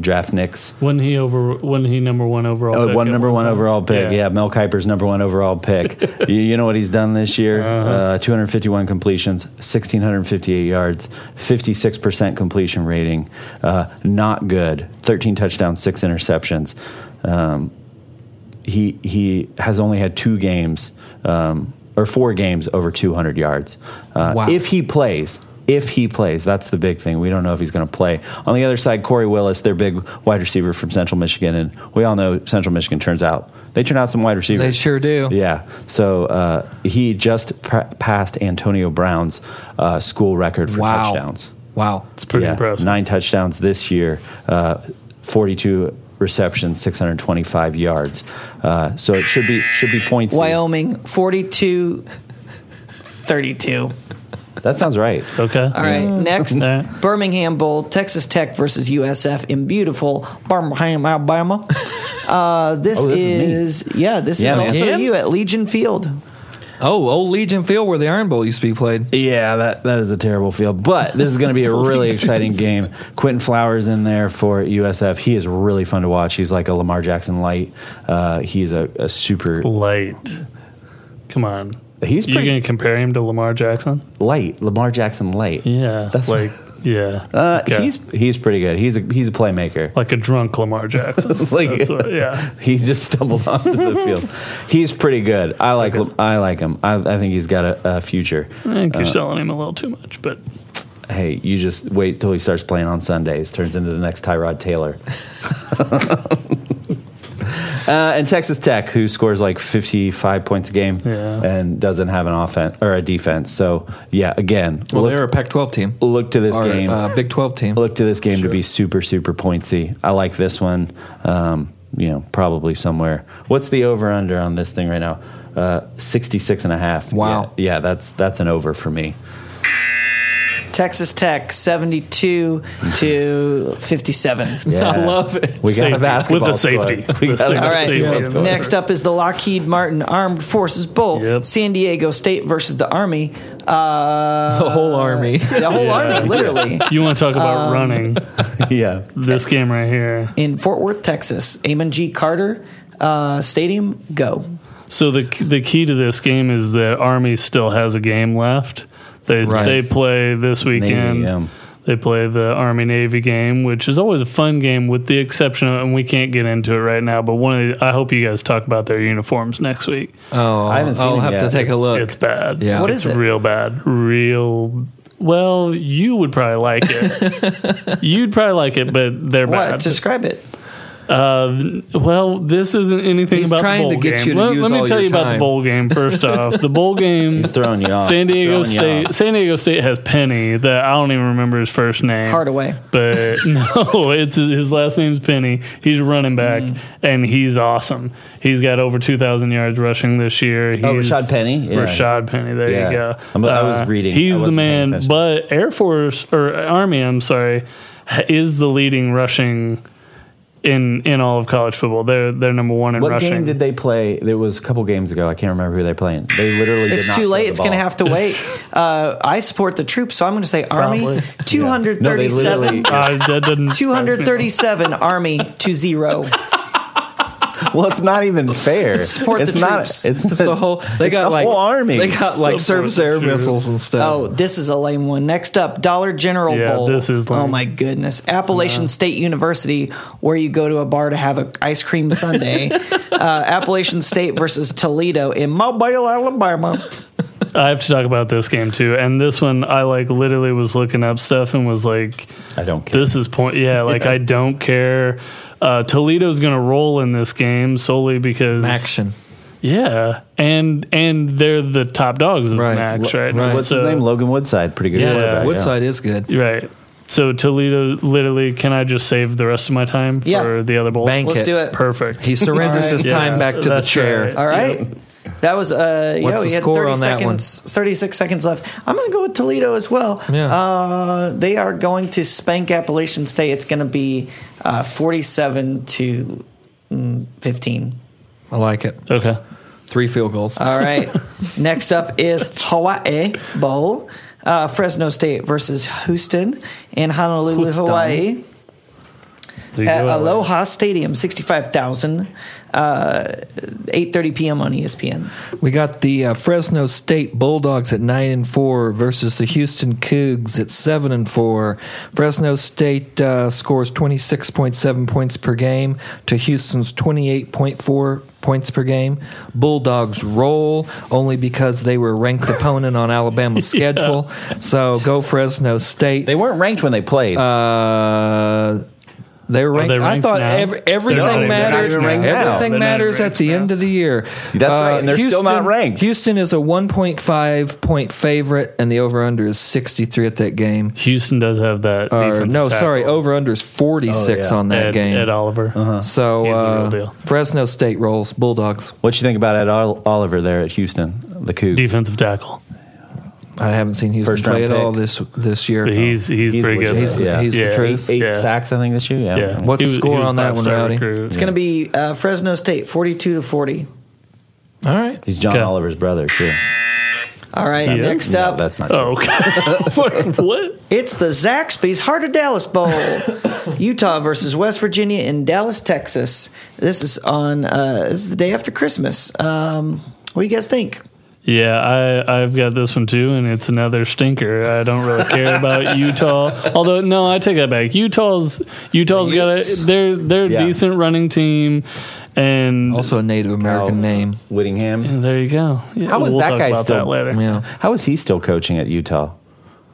S1: draft nicks.
S3: Wasn't he over? Wasn't he number one overall?
S1: Oh,
S3: pick
S1: one
S3: at
S1: number one
S3: time?
S1: overall pick. Yeah. Mel Kiper's number one overall pick. you, you know what he's done this year? uh 251 completions, 1,658 yards, 56% completion rating. Uh, not good. 13 touchdowns, six interceptions. Um, he he has only had two games um, or four games over 200 yards. Uh,
S2: Wow.
S1: If he plays. If he plays, that's the big thing. We don't know if he's going to play. On the other side, Corey Willis, their big wide receiver from Central Michigan, and we all know Central Michigan turns out they turn out some wide receivers.
S2: They sure do.
S1: Yeah. So uh, he just pr- passed Antonio Brown's uh, school record for
S2: Wow.
S1: touchdowns.
S2: Wow.
S3: It's pretty impressive.
S1: Nine touchdowns this year, uh, 42 receptions, 625 yards. Uh, so it should be should be points.
S4: Wyoming, 42 32.
S1: That sounds right.
S3: Okay.
S4: All right, next
S3: All right.
S4: Birmingham Bowl, Texas Tech versus USF in beautiful Birmingham, Alabama. Uh, this,
S1: Oh, this
S4: is,
S1: is
S4: yeah, this
S1: Yeah,
S4: is
S1: man.
S4: also
S2: Again?
S4: you at Legion Field.
S2: Oh, old Legion Field where the Iron Bowl used to be played.
S1: Yeah, that, that is a terrible field, but this is going to be a really exciting game. Quentin Flowers in there for USF. He is really fun to watch. He's like a Lamar Jackson light. Uh, he's a, a super.
S3: Light. Come on.
S1: He's
S3: You
S1: pretty
S3: gonna compare him to Lamar Jackson?
S1: light. Lamar Jackson light.
S3: Yeah.
S1: That's-
S3: like yeah.
S1: Uh,
S3: Okay.
S1: He's he's pretty good. He's a he's a playmaker.
S3: like a drunk Lamar Jackson.
S1: Like-
S3: That's what- yeah.
S1: He just stumbled onto the field. He's pretty good. I like I like him. I, I think he's got a, a future.
S3: I think you're selling him a little too much, but
S1: Hey, you just wait till he starts playing on Sundays. Turns into the next Tyrod Taylor. uh, and Texas Tech, who scores like fifty-five points a game
S3: Yeah.
S1: and doesn't have an offense or a defense. So yeah, again,
S2: Well,
S1: look,
S2: they're a Pac-12 team
S1: look to this
S2: or
S1: game.
S2: uh, Big 12 team.
S1: look to this game to be super super pointsy. I like this one. Um, you know, probably somewhere. What's the over under on this thing right now? Uh, 66 and a half.
S2: Wow.
S1: Yeah, yeah, that's that's an over for me.
S4: Texas Tech 72 to 57.
S1: Yeah.
S2: I love it.
S1: We got
S3: Safety.
S1: a basketball
S3: With a
S1: score.
S3: safety.
S1: We
S3: With
S1: got a
S3: safety.
S4: All right.
S3: Same
S1: basketball
S3: old
S1: score.
S3: score.
S4: Next up is the Lockheed Martin Armed Forces Bowl,
S3: Yep.
S4: San Diego State versus the Army. Uh,
S2: the whole army.
S4: the whole Army, literally.
S3: you want to talk about
S1: Um,
S3: running
S1: yeah.
S3: this game right here.
S4: In Fort Worth, Texas, Amon G. Carter uh, Stadium, go.
S3: So the the key to this game is that Army still has a game left. They
S2: Right.
S3: they play this weekend.
S1: yeah.
S3: They play the Army Navy game, which is always a fun game, with the exception of, and we can't get into it right now. But one, of the, I hope you guys talk about their uniforms next week.
S2: Oh, I
S1: haven't seen
S2: I'll
S1: it
S2: have to
S1: yet.
S2: take a look.
S3: It's bad.
S2: Yeah. What
S3: it's
S4: is it?
S3: Real bad. Real. Well, you would probably like it. You'd probably like it, but they're
S4: What?
S3: bad.
S4: Describe it.
S3: Uh, well, this isn't anything
S2: He's
S3: about
S2: trying
S3: the bowl
S2: to get
S3: game.
S2: you to
S3: let,
S2: use
S3: let me
S2: all
S3: tell
S2: your
S3: you about the
S2: time.
S3: bowl game first off. The bowl game.
S1: He's throwing you off.
S3: San
S1: He's
S3: Diego
S1: throwing you
S3: State.
S1: off.
S3: San Diego State has Penny that I don't even remember his first name.
S4: Hardaway.
S3: but no, it's his last name's Penny. He's a running back,
S2: Mm.
S3: and he's awesome. He's got over two thousand yards rushing this year. He's,
S1: Oh, Rashad Penny? Yeah.
S3: Rashad Penny. There
S1: Yeah.
S3: you go. Uh,
S1: I'm- I was reading. I
S3: He's the
S1: wasn't paying
S3: man.
S1: attention.
S3: But Air Force or Army, I'm sorry, ha- is the leading rushing in in all of college football. They're they're number one in
S1: What
S3: rushing.
S1: game did they play? It was a couple games ago. I can't remember who they played. They literally. did
S4: It's
S1: not
S4: too
S1: throw
S4: late.
S1: the
S4: It's going to
S1: ball.
S4: have to wait. Uh, I support the troops, so I'm going to say
S1: Probably.
S4: Army
S1: Yeah. No, they
S4: 237.
S1: literally-
S3: Uh, that doesn't
S4: 237 Army to zero.
S1: Well, it's not even fair.
S4: Support
S1: it's
S4: the
S1: not.
S4: troops.
S1: It's,
S2: It's the whole. They
S1: it's
S2: got
S1: the
S2: like
S1: whole army.
S2: They got like surface air missiles and stuff.
S4: Oh, this is a lame one. Next up, Dollar General
S3: Yeah,
S4: Bowl.
S3: this is lame.
S4: Oh my goodness, Appalachian
S2: Uh-huh.
S4: State University, where you go to a bar to have an ice cream sundae. uh, Appalachian State versus Toledo in Mobile, Alabama.
S3: I have to talk about this game too, and this one I like literally was looking up stuff and was like,
S1: I don't care.
S3: "This is point." Yeah, like I don't care. Uh, Toledo's going to roll in this game solely because
S2: Action.
S3: Yeah, and and they're the top dogs of
S2: Right.
S3: Max
S2: Lo-
S3: right,
S2: right.
S3: now.
S1: What's his name? Logan Woodside. Pretty good.
S3: Yeah,
S1: quarterback,
S2: Woodside is good.
S3: Right. So Toledo, literally, can I just save the rest of my time
S4: Yeah.
S3: for the other bowl?
S2: Bank
S4: Let's
S2: it.
S4: do it.
S3: Perfect.
S2: He surrenders
S4: All right.
S2: his
S3: Yeah,
S2: time back to the
S3: that's
S2: chair.
S3: right.
S4: All right. That was uh
S2: What's
S4: yo,
S2: the
S4: he had
S2: score
S4: 30
S2: on that one?
S4: seconds 36 seconds left. I'm going to go with Toledo as well.
S2: Yeah.
S4: Uh they are going to spank Appalachian State. It's going to be uh 47 to mm, 15.
S2: I like it.
S3: Okay.
S2: Three field goals.
S4: All right. Next up is Hawaii Bowl. Uh, Fresno State versus Houston in Honolulu,
S1: Houston.
S4: Hawaii
S3: There you
S4: at
S3: go.
S4: Aloha Stadium, 65,000, uh, 8.30 p.m. on E ESPN.
S2: We got the uh, Fresno State Bulldogs at nine and four versus the Houston Cougs at seven and four. Fresno State uh, scores twenty six point seven points per game to Houston's twenty eight point four points per game. Bulldogs roll only because they were ranked opponent on Alabama's schedule. So go Fresno State.
S1: They weren't ranked when they played.
S2: Uh, they were ranked.
S3: they
S2: I
S3: ranked
S2: thought
S3: now?
S2: every,
S3: They're not
S2: everything
S3: even- they're not
S2: matters.
S1: even ranked now.
S2: Everything
S3: They're not even
S2: matters at
S3: ranked
S2: the
S3: now.
S2: end of the year.
S1: That's right, and they're still not ranked.
S2: Houston is a 1.5 point favorite, and the over under is 63 at that game.
S3: Houston does have that.
S2: Or,
S3: defensive
S2: no,
S3: tackle.
S2: sorry, over under is 46
S1: Oh, yeah.
S2: on that
S3: Ed,
S2: game.
S3: Ed Oliver.
S2: So
S3: He's the real
S2: uh,
S3: deal.
S2: Fresno State rolls Bulldogs.
S1: what you think about Ed Ol- Oliver there at Houston? The Cougs.
S3: Defensive tackle.
S2: I haven't seen Houston
S1: First
S2: play at
S1: round
S2: all
S1: pick.
S2: this this year.
S3: But he's he's,
S1: He's
S3: pretty good.
S1: legit.
S2: He's the-
S1: yeah.
S2: he's the
S3: Yeah.
S2: truth.
S1: Eight
S3: Yeah.
S1: sacks, I think, this year. Yeah.
S3: yeah.
S2: What's the
S3: He was-
S2: score
S3: he was
S2: on that one,
S3: five-star
S2: Rowdy?
S3: recruit.
S4: It's going to be uh, Fresno State 42 to 40.
S2: All right.
S1: He's John
S3: Okay.
S1: Oliver's brother too.
S4: All right,
S3: Yeah.
S4: next
S1: No,
S4: up,
S1: that's not.
S3: Oh, okay. It's like, what?
S4: it's the Zaxby's Heart of Dallas Bowl, Utah versus West Virginia in Dallas, Texas. This is on. Uh, this is the day after Christmas. Um, what do you guys think?
S3: Yeah, I, I've got this one too, and it's another stinker. I don't really care about Utah. Although, no, I take that back. Utah's Utah's got a
S2: Utes.
S3: they're they're a
S1: Yeah.
S3: decent running team, and
S2: Also a Native American
S1: Oh.
S2: name.
S1: Whittingham.
S3: there you go. Yeah,
S1: How is that guy still-
S3: that later?
S2: Yeah.
S1: How is he still coaching at Utah?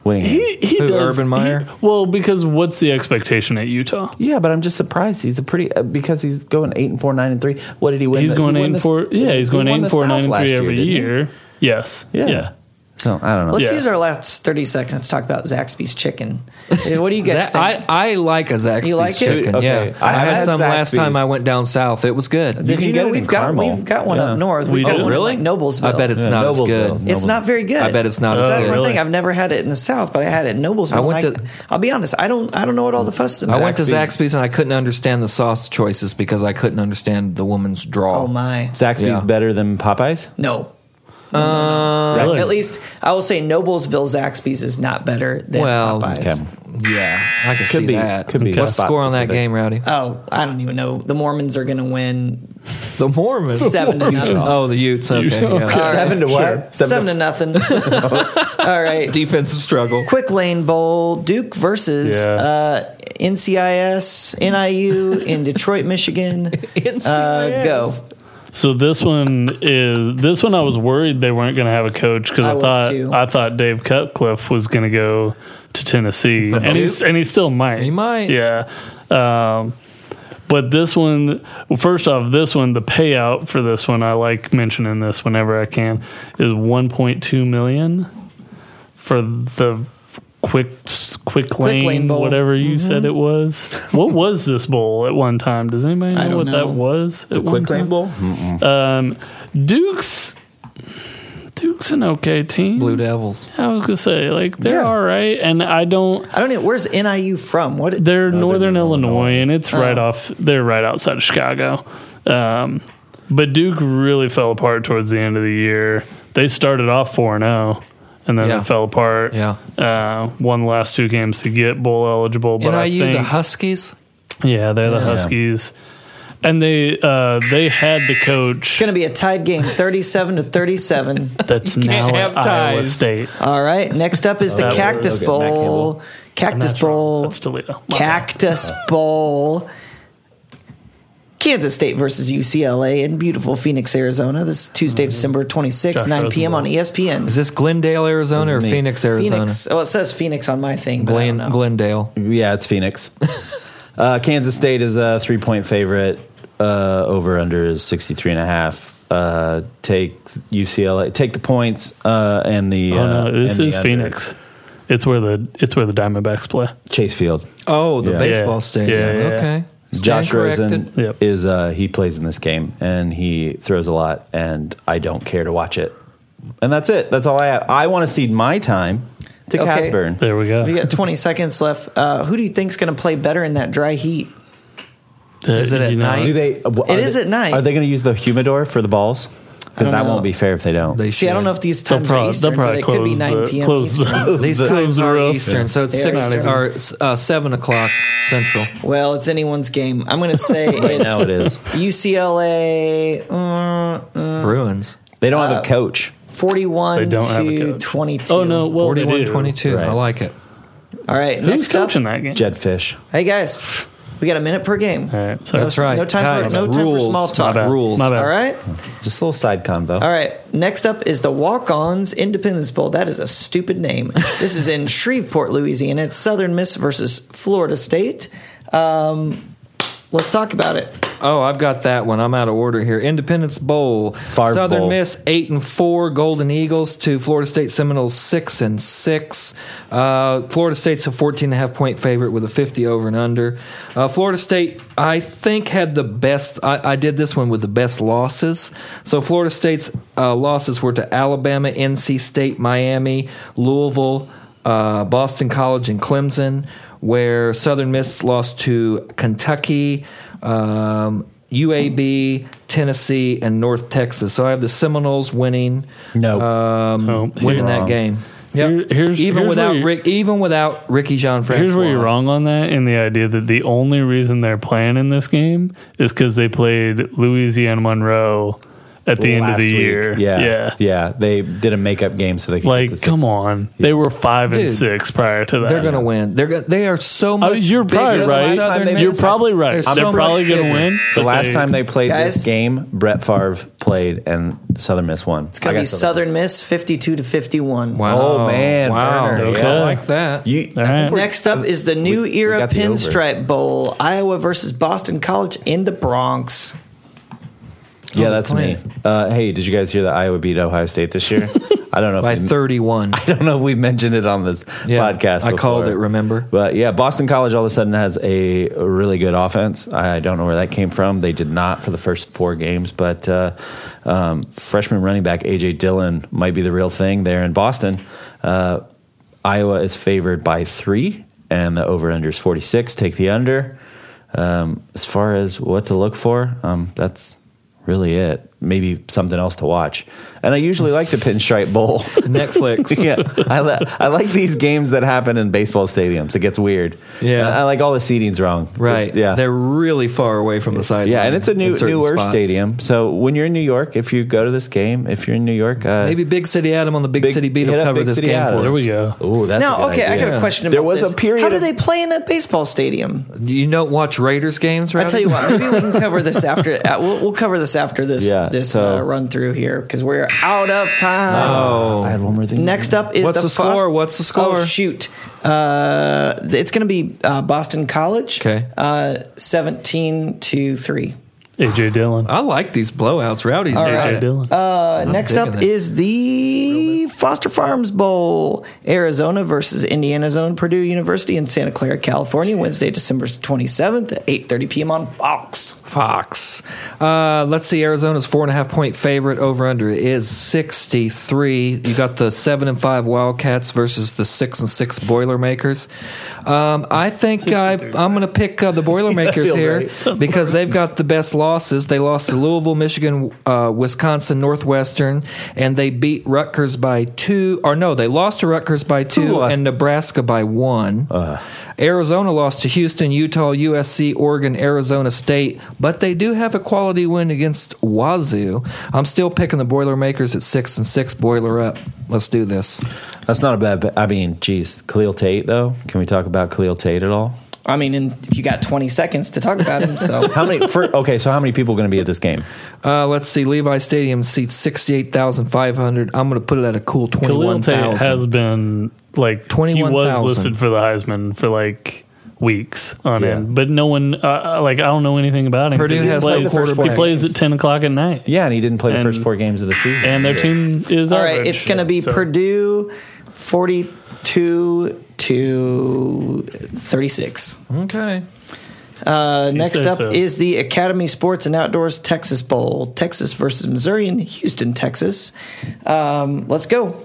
S1: Whittingham.
S3: He, he
S2: Who,
S3: does-
S2: Urban Meyer?
S3: he- well, because what's the expectation at Utah?
S1: yeah, but I'm just surprised. He's a pretty uh, because he's going eight and four, nine and three. What did he win?
S3: He's
S1: the-
S3: going
S1: he
S3: eight
S1: won
S3: and
S1: the-
S3: four. Yeah, he's
S1: he
S3: going eight
S1: won
S3: and
S1: the
S3: four,
S1: South
S3: nine and
S1: last
S3: three every
S1: didn't he?
S3: year. Yes.
S1: Yeah.
S3: Yeah.
S1: So I don't know.
S4: Let's
S3: Yeah.
S4: use our last thirty seconds to talk about Zaxby's chicken. Uh, What do you guys
S2: That-
S4: think?
S2: I, I like a Zaxby's
S4: You like it?
S2: chicken.
S1: Okay.
S2: Yeah,
S1: I
S2: I,
S1: have
S2: had
S1: had
S2: some last
S1: Zaxby's.
S2: time I went down south. It was good.
S1: you
S4: Did
S1: can
S4: you,
S1: get it
S4: know
S1: in
S4: we've got
S1: Carmel.
S4: we've got one
S1: Yeah.
S4: up north. We've
S3: We
S4: got
S3: do?
S4: one in,
S2: Really?
S4: like Noblesville.
S2: I bet it's
S1: Yeah,
S2: not as
S1: Noblesville.
S2: good.
S1: Noblesville.
S4: It's not very good.
S2: I bet it's not
S3: Oh,
S2: as
S4: That's
S2: good.
S4: one
S3: really?
S4: thing. I've never had it in the South, but I had it in Noblesville.
S2: I went
S4: and
S2: to-
S4: I'll be honest. I don't. I don't know what all the fuss is about.
S2: I went to
S1: Zaxby's.
S2: Zaxby's and I couldn't understand the sauce choices because I couldn't understand the woman's draw.
S4: Oh my.
S1: Zaxby's
S2: Yeah.
S1: better than Popeyes.
S4: No.
S1: Zaxby's-
S4: Uh, At least I will say Noblesville Zaxby's is not better than
S2: Well,
S4: Popeyes.
S1: Okay.
S2: Yeah, I can see
S1: be,
S2: that.
S1: could be.
S2: What's the
S1: Spot
S2: score on that
S1: specific.
S2: game, Rowdy?
S4: Oh, I don't even know. The Mormons are going to win
S2: The Mormons.
S4: Seven to nothing.
S2: Oh, the Utes. Okay. yeah.
S1: Seven to what?
S4: seven to nothing. All right.
S2: Defensive struggle.
S4: Quick Lane Bowl, Duke versus
S3: Yeah.
S4: uh, NCIS, NIU in Detroit, Michigan. Uh, go.
S3: So this one is this one. I was worried they weren't going to have a coach because
S4: I
S3: I,
S4: was
S3: thought
S4: too.
S3: I thought Dave Cutcliffe was going to go to Tennessee, and he's, and he still might.
S2: He might.
S3: Yeah. Um, But this one, well, first off, this one, the payout for this one, I like mentioning this whenever I can, is 1.2 million for the quick quick lane,
S4: lane bowl. Mm-hmm.
S3: whatever you said it was. What was this bowl at one time? Does anybody know
S4: don't
S3: what
S4: know.
S3: that was? At one
S1: Quick Lane
S3: time?
S1: Bowl?
S3: Um, Duke's Duke's an okay team.
S2: Blue Devils.
S3: I was gonna say like they're
S1: Yeah.
S3: all right, and I don't.
S4: I don't know. Where's NIU from? What?
S3: They're northern
S1: in
S3: Illinois,
S1: Illinois.
S3: and it's right off. They're right outside of Chicago. Um, but Duke really fell apart towards the end of the year. They started off four and zero, and then
S2: Yeah.
S3: it fell apart.
S2: Yeah.
S3: uh, won the last two games to get bowl eligible. But I
S2: NIU,
S3: think,
S2: the Huskies.
S3: yeah, they're the Huskies, and they uh, they had the coach
S4: It's going to be a tied game, 37 to 37.
S3: that's now
S2: can't
S3: at
S2: have
S3: Iowa
S2: ties.
S3: State.
S4: All right. Next up is the
S3: Oh, That was-
S4: Cactus
S1: okay, Matt
S4: Bowl.
S1: Campbell.
S4: Cactus
S3: That's wrong.
S4: Bowl.
S3: That's Toledo. My bad.
S4: Cactus Bowl. Kansas State versus UCLA in beautiful Phoenix, Arizona. This is Tuesday, December 26th,
S3: Mm-hmm. Josh
S4: 9 p.m. on E ESPN.
S2: Is this Glendale, Arizona, or
S1: me.
S2: Phoenix, Arizona?
S4: Phoenix. Oh, it says Phoenix on my thing. But I
S2: Glen,
S4: don't know.
S2: Glendale.
S1: Yeah, it's Phoenix. uh, Kansas State is a three point favorite. Uh, over under is 63 and a half. Uh, take UCLA, take the points uh, and the.
S3: Oh
S1: uh,
S3: no,
S1: and
S3: this
S1: the
S3: is
S1: under.
S3: Phoenix. It's where the it's where the Diamondbacks play.
S1: Chase Field.
S2: Oh, the
S1: Yeah.
S2: baseball
S3: Yeah.
S2: stadium.
S3: Yeah, yeah, yeah.
S2: Okay. Stand
S1: Josh Rosen
S2: corrected.
S3: Yep.
S1: is uh, he plays in this game and he throws a lot and I don't care to watch it. And that's it. That's all I have. I want to cede my time to
S4: Okay.
S1: Casburn.
S3: There we go.
S4: We got 20 seconds left. Uh, who do you think's going to play better in that dry heat?
S2: Is it at night?
S1: Do they? It
S4: is at night.
S1: Are they going to use the humidor for the balls? Because that won't be fair if they don't.
S2: They
S4: See, I don't know if these times
S3: prob-
S4: are Eastern, but it could be 9
S3: the,
S4: p.m.
S3: close
S4: Eastern.
S3: the,
S2: These
S3: the,
S2: times
S3: close the
S2: are
S3: roof.
S2: Eastern, so it's six
S4: Arizona.
S2: or uh, seven o'clock Central.
S4: Well, it's anyone's game. I'm going to say it's
S1: now it is.
S4: UCLA uh, uh,
S2: Bruins.
S1: They don't have a coach.
S4: 41
S3: They don't have a
S4: to
S3: coach.
S4: 22.
S3: Oh no, well they
S2: Forty-one
S3: do.
S2: twenty-two.
S1: Right.
S2: I like it.
S4: All right,
S3: Who's
S4: next up.
S3: coaching that game?
S1: Jed Fish.
S4: Hey, guys, we got a minute per game.
S3: All right, so
S2: That's right.
S4: No time for-
S2: Guys,
S4: no time for
S2: rules.
S4: small talk.
S3: My bad.
S2: Rules.
S3: My bad.
S4: All right.
S1: Just a little side convo.
S4: All right. Next up is the Walk Ons Independence Bowl. That is a stupid name. This is in Shreveport, Louisiana. It's Southern Miss versus Florida State. Um, let's talk about it.
S2: Oh, I've got that one. I'm out of order here. Independence Bowl.
S1: Favre
S2: Southern
S1: Bowl.
S2: Miss eight and four. Golden Eagles to Florida State Seminoles six and six. Uh, Florida State's a 14 and a half point favorite with a 50 over and under. Uh, Florida State, I think, had the best. I, I did this one with the best losses. So Florida State's uh, losses were to Alabama, NC State, Miami, Louisville, uh, Boston College, and Clemson. Where Southern Miss lost to Kentucky, um, UAB, Tennessee, and North Texas. So I have the Seminoles winning.
S1: No.
S4: Uh,
S2: um,
S3: No,
S2: winning
S3: you're
S2: that
S1: wrong.
S2: game. Yep.
S3: Here- here's-
S2: even
S3: here's
S2: without
S3: where you-
S2: Rick, even without Ricky Jean Francois.
S3: Here's where you're wrong on that in the idea that the only reason they're playing in this game is because they played Louisiana Monroe at the end of
S1: Last
S3: the
S1: week.
S3: year.
S1: Yeah,
S3: yeah.
S1: yeah, They did a makeup game so they could get
S3: Like,
S1: to six.
S3: come on. They were five and
S2: Dude,
S3: six prior to that.
S2: They're going to win. They're gonna, they are so
S3: Oh,
S2: much.
S3: you're probably
S2: bigger than
S3: right.
S2: Southern
S1: time they-
S2: Miss.
S3: You're probably right.
S2: They're
S3: They're,
S2: so much
S3: probably going to
S2: bigger.
S3: win.
S1: The
S3: but
S1: last time they played
S4: Guys?
S1: this game, Brett Favre played and Southern Miss won.
S4: It's going to be Southern Miss 52 to 51.
S2: Wow.
S1: Oh, man.
S2: Wow.
S1: Burner.
S3: Okay.
S2: I like that.
S1: You,
S3: All right.
S4: Next up is the New
S1: we
S4: Era
S1: got the over.
S4: Pinstripe Bowl, Iowa versus Boston College in the Bronx.
S1: Yeah,
S2: Oh,
S1: that's me.
S2: plant.
S1: Uh, hey, did you guys hear that Iowa beat Ohio State this year? I don't know. If
S2: by
S1: we-
S2: 31.
S1: I don't know if we mentioned it on this
S2: Yeah,
S1: podcast.
S2: I called
S1: before.
S2: it, remember?
S1: But yeah, Boston College all of a sudden has a really good offense. I don't know where that came from. They did not for the first four games, but uh, um, freshman running back AJ Dillon might be the real thing there in Boston. Uh, Iowa is favored by three, and the over under is forty six. Take the under. Um, as far as what to look for, um, that's really it. Maybe something else to watch. And I usually like the Pinstripe Bowl.
S2: Netflix.
S1: yeah, I, li- I like these games that happen in baseball stadiums. It gets weird.
S2: Yeah.
S1: I, I like all the seating's wrong.
S2: Right.
S1: It's- yeah.
S2: They're really far away from the sideline.
S1: yeah, and it's a
S2: in
S1: new
S2: certain
S1: newer
S2: spots.
S1: stadium. So when you're in New York, if you go to this game, if you're in New York, uh,
S2: Maybe Big City Adam on the Big,
S1: Big-
S2: City Beat
S1: hit
S2: will
S1: up
S2: cover
S1: Big
S2: this
S1: City
S2: game
S1: Adam.
S2: for us.
S3: There we go.
S1: Oh, that's a
S4: No,
S1: good
S4: okay, I
S1: idea.
S4: got a question about
S1: There was
S4: this.
S1: a period.
S4: How do they
S1: Of,
S4: play in a baseball stadium?
S2: You don't watch Raiders games, right?
S4: I tell you what, maybe we can cover this after. uh, We'll, we'll cover this after this
S1: Yeah,
S4: this
S1: so-
S4: uh, run through here because we're out of time.
S1: Oh, I had one more thing.
S4: Next up is
S2: What's the
S4: Fos-
S2: score? What's the score?
S4: Oh shoot! Uh, it's going to be uh, Boston College.
S2: Okay.
S4: uh, seventeen to three.
S3: AJ Dillon.
S2: I like these blowouts. Rowdy's
S4: All
S2: got
S4: right.
S3: AJ
S2: it.
S3: Dillon.
S4: Uh, next
S2: digging it.
S4: up is the Foster Farms Bowl, Arizona versus Indiana Zone, Purdue University in Santa Clara, California, Wednesday, December twenty seventh at eight thirty p.m. on Fox.
S2: Fox. Uh, let's see. Arizona's four and a half point favorite. Over under is sixty three. You got the seven and five Wildcats versus the six and six Boilermakers. Um, I think I, I'm going to pick uh, the Boilermakers
S1: feels
S2: here
S1: right.
S2: because they've got the best losses. They lost to Louisville, Michigan, uh, Wisconsin, Northwestern, and they beat Rutgers by two. Or no, they lost to Rutgers by two
S1: lost?
S2: and Nebraska by one. Arizona lost to Houston, Utah, USC, Oregon, Arizona State, but they do have a quality win against Wazoo. I'm still picking the Boilermakers at six and six. Boiler up. Let's do this.
S1: That's not a bad. bet. I mean, geez, Khalil Tate though. Can we talk about Khalil Tate at all?
S4: I mean, and if you got twenty seconds to talk about him, so
S1: How many? For, okay, so how many people are going to be at this game?
S2: Uh, let's see. Levi Stadium seats sixty-eight thousand five hundred. I'm going to put it at a cool
S3: Khalil
S2: twenty-one
S3: Tate has
S2: thousand.
S3: been like he
S2: 21,000.
S3: was listed for the Heisman for like weeks on
S1: Yeah.
S3: end, but no one uh, uh, like I don't know anything about him.
S2: Purdue
S3: He
S2: has no
S3: plays,
S2: quarterback.
S3: He plays at ten o'clock at night,
S1: Yeah, and he didn't play the
S3: And-
S1: first four games of the season.
S3: and their team is
S4: all right. It's going to be Purdue forty two to thirty six.
S2: Okay.
S4: Uh, next
S3: say
S4: up
S3: so.
S4: is the Academy Sports and Outdoors Texas Bowl, Texas versus Missouri in Houston, Texas. Um, let's go.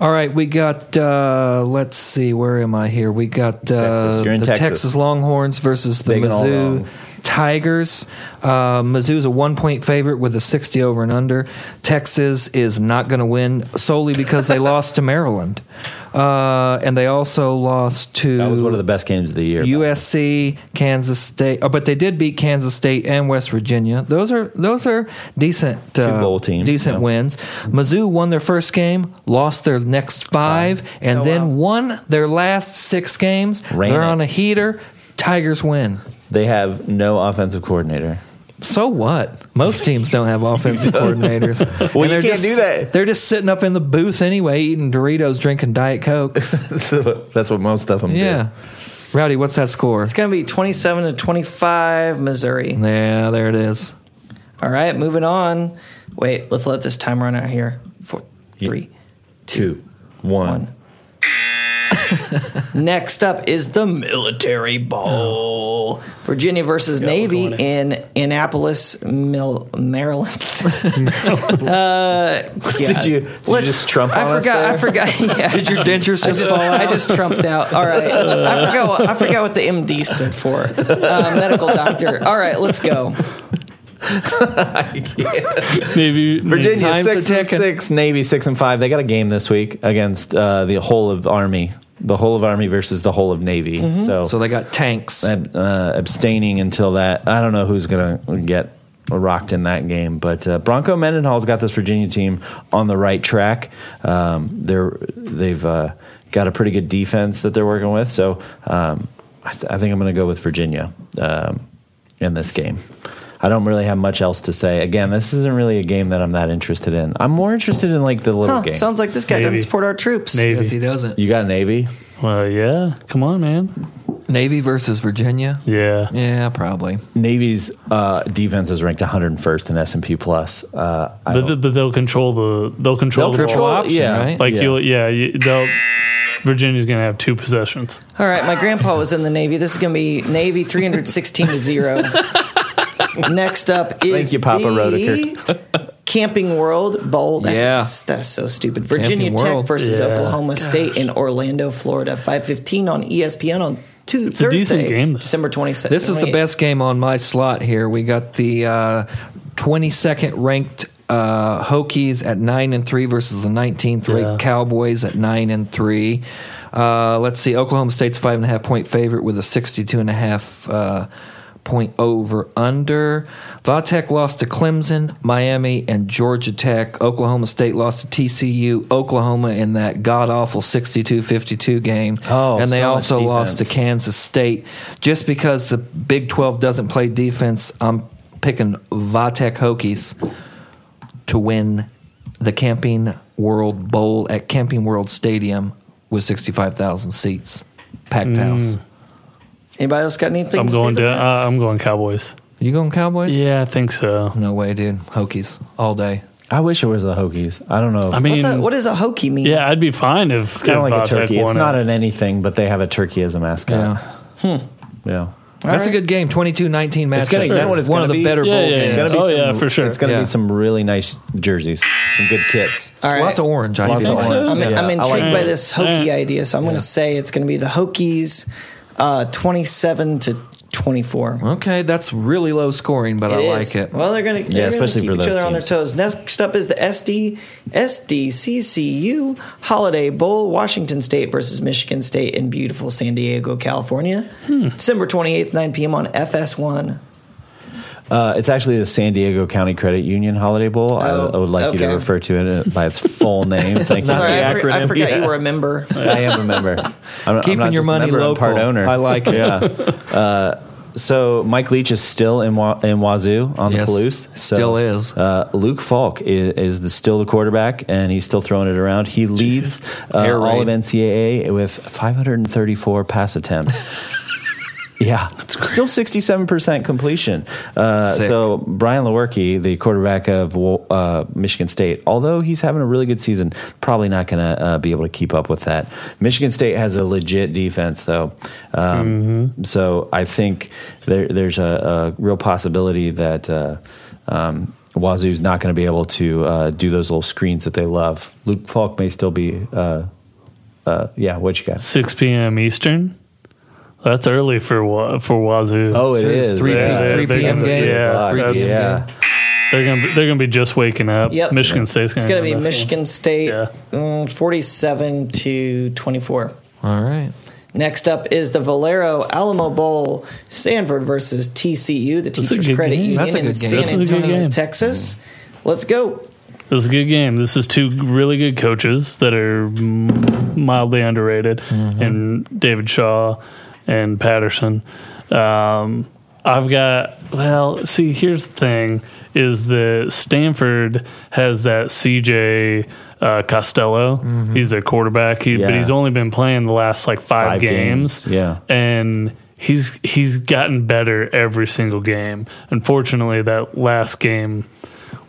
S2: All right, we got. Uh, let's see, where am I here? We got uh,
S1: Texas. You're in
S2: the
S1: Texas.
S2: Longhorns versus the
S1: Big and all
S2: Mizzou
S1: wrong.
S2: Tigers. Uh, Mizzou's a one point favorite with a sixty over and under. Texas is not going to win solely because they lost to Maryland, uh, and they also lost to
S1: That was one of the best games of the year.
S2: USC, Kansas State, oh, but they did beat Kansas State and West Virginia. Those are those are decent uh,
S1: bowl teams,
S2: decent
S1: yeah.
S2: wins. Mizzou won their first game, lost their next five, and then won their last six games.
S1: Ran
S2: They're
S1: it.
S2: on a heater. Tigers win.
S1: they have no offensive coordinator.
S2: So what? Most teams don't have offensive coordinators.
S1: Well,
S2: And
S1: you
S2: they're
S1: can't
S2: just-
S1: do that.
S2: They're just sitting up in the booth anyway, eating Doritos, drinking Diet Cokes.
S1: That's what most of them.
S2: yeah. Rowdy, what's that score?
S4: It's going to be 27 to 25, Missouri.
S2: Yeah, there it is.
S4: All right, moving on. Wait, let's let this time run out here. Four, three.
S1: do. two, one.
S4: Next up is the Military Bowl,
S1: Oh.
S4: Virginia versus Navy in Annapolis, Mil- Maryland. uh, yeah.
S1: Did you, did you
S4: Let's-
S1: just trump on
S4: I
S1: us
S4: forgot.
S1: there?
S4: I forgot. Yeah.
S2: Did your dentures
S4: I
S2: just
S4: just,
S2: fall out?
S4: I just trumped out. All right.
S1: Uh.
S4: I forgot. What, I forgot what the MD stood for. Uh, medical doctor. All right, let's go.
S3: maybe
S1: Virginia
S2: Time's
S1: six
S2: a
S1: and
S2: ticking.
S1: six, Navy six and five. They got a game this week against uh, the whole of Army, the whole of Army versus the whole of Navy. So,
S2: So they got tanks.
S1: ab- uh, abstaining until that. I don't know who's going to get rocked in that game, but uh, Bronco Mendenhall's got this Virginia team on the right track. Um, they're they've uh, got a pretty good defense that they're working with. So um, I, th- I think I'm going to go with Virginia um, in this game. I don't really have much else to say. Again, this isn't really a game that I'm that interested in. I'm more interested in like the little
S4: Huh,
S1: game.
S4: sounds like this guy doesn't
S3: Navy.
S4: support our troops.
S2: Because he
S3: Navy.
S2: doesn't.
S1: you got Navy?
S3: Well, yeah. Come on, man.
S2: Navy versus Virginia.
S3: Yeah.
S2: Yeah, probably.
S1: Navy's uh, defense is ranked 101st in S&P plus. Uh, I
S3: But,
S1: don't-
S3: th- but they'll control the they'll control
S1: They'll
S3: the
S1: control
S3: ball.
S1: it, yeah.
S2: right?
S3: Like
S1: Yeah.
S3: you'll yeah you, they'll Virginia's gonna have two possessions.
S4: All right, my grandpa was in the Navy. This is going to be Navy 316 to 0. Next up is
S1: you, Papa
S4: the Camping World Bowl. That's,
S2: Yeah.
S4: that's so stupid. Virginia
S2: Camping
S4: Tech
S2: World.
S4: versus
S3: Yeah.
S4: Oklahoma State in Orlando, Florida. 515 on E ESPN on two,
S3: a
S4: Thursday,
S3: decent game, though.
S4: December 27th.
S2: This is the best game on my slot here. We got the uh, 22nd ranked uh, Hokies at 9 and 3 versus the 19th
S3: Yeah.
S2: ranked Cowboys at 9 and 3. Uh, let's see. Oklahoma State's 5.5 point favorite with a 62.5 uh, point over under. Vatech lost to Clemson, Miami, and Georgia Tech. Oklahoma State lost to TCU, Oklahoma in that god awful 62 52 game.
S1: Oh,
S2: and they
S1: so much
S2: also lost to
S1: defense.
S2: Kansas State. Just because the Big 12 doesn't play defense, I'm picking Vatech Hokies. to win the Camping World Bowl at Camping World Stadium with 65,000 seats.
S1: Mm.
S2: Packed house.
S4: Anybody else got anything?
S3: I'm
S4: to
S3: going
S4: say
S3: to.
S4: about
S3: Uh, I'm going Cowboys.
S2: You going Cowboys?
S3: Yeah, I think so.
S2: No way, dude. Hokies all day.
S1: I wish it was the Hokies. I don't know.
S3: I
S4: that?
S3: mean,
S4: What's a, what does a hokey mean?
S3: yeah, I'd be fine if
S1: it's kind of like a
S3: if Vitek
S1: turkey.
S3: won
S1: It's
S3: it.
S1: not an anything, but they have a turkey as a mascot.
S2: Yeah.
S1: Yeah.
S2: That's
S4: right.
S2: a good game. 22-19 match.
S1: gonna- you know what
S2: That's
S1: it's
S2: one
S1: gonna
S2: of the
S1: be?
S2: better
S3: Yeah,
S2: bowl
S3: yeah,
S2: games.
S3: yeah.
S1: Gotta be
S3: Oh,
S1: some-
S3: yeah, for sure.
S1: It's going to
S2: Yeah. Uh,
S1: be some really nice jerseys, some good kits.
S4: All right.
S2: Lots of orange. I
S1: Lots
S2: think.
S1: of orange.
S4: I'm,
S1: Yeah, I
S4: I'm
S1: like
S4: intrigued by
S3: that.
S4: this hokey
S3: Yeah.
S4: idea, so I'm going to say it's going to be the Hokies, uh, 27 to 24.
S2: Okay, that's really low scoring, but I
S4: It
S2: like
S4: is.
S2: it.
S4: Well, they're going to yeah,
S1: especially
S4: especially
S1: for
S4: keep each
S1: those
S4: other on their
S1: teams.
S4: toes. Next up is the SD SDCCU Holiday Bowl, Washington State versus Michigan State in beautiful San Diego, California, December 28th, 9 p.m. on FS1.
S1: Uh, it's actually the San Diego County Credit Union Holiday Bowl. I,
S4: Oh,
S1: I would like you to
S4: okay.
S1: refer to it uh, by its full name. Thank you. for
S4: Sorry,
S1: the
S4: I, for, I
S1: acronym.
S4: forgot
S1: Yeah.
S4: you were a member.
S1: I am a member. I'm, I'm
S2: Keeping
S1: not
S2: your
S1: just a
S2: money
S1: member, I'm part
S2: local.
S1: owner.
S2: I like it.
S1: Yeah. Uh, so Mike Leach is still in, Wa- in Wazoo on
S2: Yes,
S1: the Palouse. So,
S2: still is.
S1: Uh, Luke Falk is, is the, still the quarterback, and he's still throwing it around. He leads uh,
S2: Air
S1: all of
S2: raid.
S1: NCAA with 534 pass attempts. Yeah, still sixty-seven percent completion. Uh,
S2: Sick.
S1: so Brian Lewerke, the quarterback of uh, Michigan State, although he's having a really good season, probably not going to uh, be able to keep up with that. Michigan State has a legit defense, though. Um, So I think there, there's a, a real possibility that uh, um, Wazoo's not going to be able to uh, do those little screens that they love. Luke Falk may still be. Uh, uh, yeah, what you got?
S3: 6 p.m. Eastern. That's early for Wa- for Wazoo.
S1: Oh, it
S2: It's
S1: is
S2: three
S1: yeah.
S3: p- three
S1: That's
S3: p.m.
S1: a
S3: game.
S1: good
S3: Yeah,
S1: block.
S3: three p.m.
S1: yeah.
S3: They're gonna be, they're gonna be just waking up.
S4: Yep.
S3: Michigan State's gonna
S4: It's going to
S3: win
S4: be
S3: this one.
S4: Michigan State,
S3: Yeah.
S4: mm, 47 to 24.
S2: All right.
S4: Next up is the Valero Alamo Bowl, Stanford versus TCU, the
S3: a
S4: Teachers
S3: good
S4: Credit
S3: game.
S4: Union
S2: That's a
S4: in
S2: good game.
S4: San
S2: This is
S3: a good
S4: Antonio,
S3: game.
S4: Texas. Let's go.
S3: This is a good game. This is two really good coaches that are m- mildly underrated, and David Shaw and Patterson. Um, I've got well. See, here's the thing: is that Stanford has that CJ uh, Costello. He's their quarterback, he, but
S1: Yeah.
S3: he's only been playing the last like five,
S1: Five games,
S3: games.
S1: yeah.
S3: and he's he's gotten better every single game. Unfortunately, that last game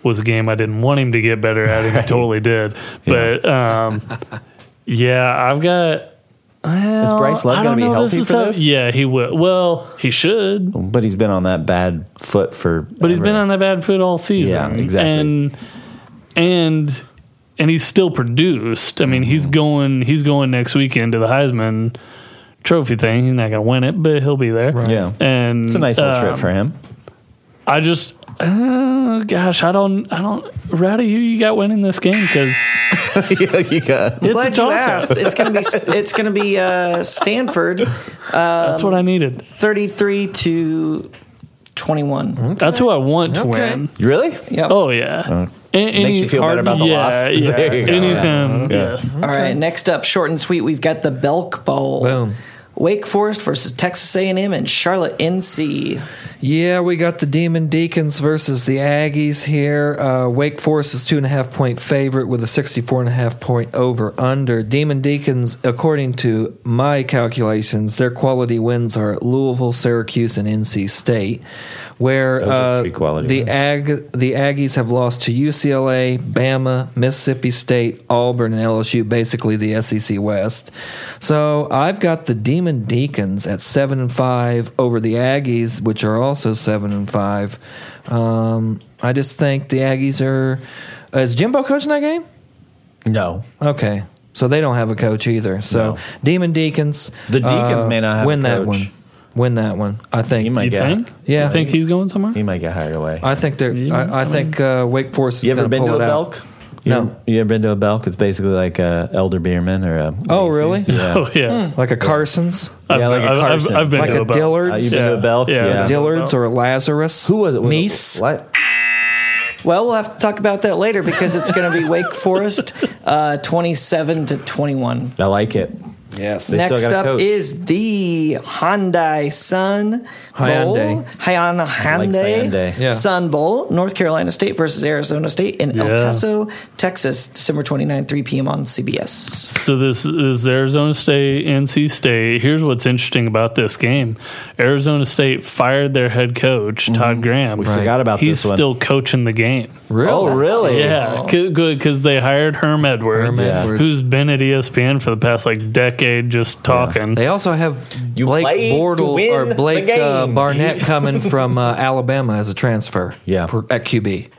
S3: was a game I didn't want him to get better at, and he totally did. But um, yeah, I've got. Well,
S1: Bryce Love
S3: I
S1: gonna
S3: don't
S1: be
S3: know,
S1: healthy
S3: is
S1: for
S3: tough.
S1: this?
S3: Yeah, he will. Well, he should, but
S1: But he's been on that bad foot for. But
S3: he's been on that bad foot all season.
S1: Yeah, exactly.
S3: And and and he's still produced. I mean,
S1: Mm-hmm.
S3: he's going he's going next weekend to the Heisman Trophy thing. He's not going to win it, but he'll be there.
S1: Yeah.
S3: And
S1: It's a nice little trip
S3: um,
S1: for him.
S3: I just, uh, gosh, I don't, I don't, Rowdy, who you got winning this game? Because
S1: yeah, you got.
S3: it's a
S4: Glad you
S3: toss
S4: asked. It's gonna be it's gonna be uh, Stanford,
S3: That's what I needed.
S4: thirty three to twenty one.
S3: That's who I want to
S2: Okay.
S3: win.
S1: Really?
S4: Yep.
S3: Mm-hmm. Oh yeah. A- any,
S1: Uh, you feel better about the
S3: yeah,
S1: loss?
S3: Yeah.
S1: There you go. Oh
S3: Anytime.
S1: Yeah.
S3: Yes.
S4: All right. Next up, short and sweet. We've got the Belk Bowl.
S2: Boom.
S4: Wake Forest versus Texas A and M and Charlotte NC.
S2: Yeah, we got the Demon Deacons versus the Aggies here. Uh, Wake Forest is two and a half point favorite with a 64 and a half point over under. Demon Deacons, according to my calculations, their quality wins are at Louisville, Syracuse, and NC State, where
S1: are
S2: uh,
S1: three quality
S2: the
S1: wins.
S2: Ag the Aggies have lost to UCLA, Bama, Mississippi State, Auburn, and LSU, basically the SEC West. So I've got the Demon Deacons at seven and five over the Aggies, which are also seven and five. Um, I just think the Aggies are. Is Jimbo coaching that game?
S1: No.
S2: Okay, so they don't have a coach either. So
S1: No.
S2: Demon Deacons, uh,
S1: The Deacons may not have a
S2: win that
S1: coach.
S2: one. Win that one. I think.
S1: He might
S3: You
S1: get.
S3: think?
S2: Yeah.
S3: You think he's going somewhere?
S1: He might get hired away.
S2: I think they're. I, I think uh, Wake Forest.
S1: you
S2: is
S1: ever
S2: gonna
S1: been to
S2: pull
S1: a
S2: it out.
S1: Belk? You
S2: No.
S1: ever- You ever been to a Belk? It's basically like a elder beerman or a.
S2: Oh, really?
S1: Yeah.
S3: Oh yeah.
S2: Like a Carson's,
S3: I've,
S1: Yeah, like a
S3: I've- I've-
S1: Carson's.
S3: I've been
S2: like
S3: to
S2: a
S3: about-
S1: Uh, you've
S2: Dillard's,
S1: been to
S3: Yeah.
S1: a Belk?
S3: Yeah.
S2: a Dillard's or a Lazarus.
S1: Who was it? Was it-
S2: Meese?
S1: What?
S4: Well, we'll have to talk about that later because it's gonna be Wake Forest, uh, twenty seven to twenty one.
S1: I like it.
S2: Yes.
S1: They still
S4: Next
S1: got a
S4: up
S1: coach.
S4: is the Hyundai Sun Bowl.
S2: Hyundai.
S4: Hyundai,
S1: Hyundai.
S4: Hyundai.
S2: Yeah.
S4: Sun Bowl, North Carolina State versus Arizona State in El
S3: Yeah.
S4: Paso, Texas, December 29, 3 p.m. on CBS.
S3: So this is Arizona State, NC State. Here's what's interesting about this game: Arizona State fired their head coach Todd Graham. We
S1: Mm-hmm. forgot about
S3: He's
S1: this one.
S3: still coaching the game.
S2: Really?
S1: Oh, really?
S3: Yeah, c- good because they hired Herm Edwards,
S2: Herm Edwards.
S3: who's been at E ESPN for the past like decade, just talking.
S2: They also have
S1: You play
S2: Blake
S1: to
S2: Bortle
S1: win
S2: or
S1: the
S2: Blake uh,
S1: game.
S2: Barnett coming from uh, Alabama as a transfer.
S1: Yeah.
S2: for- at QB.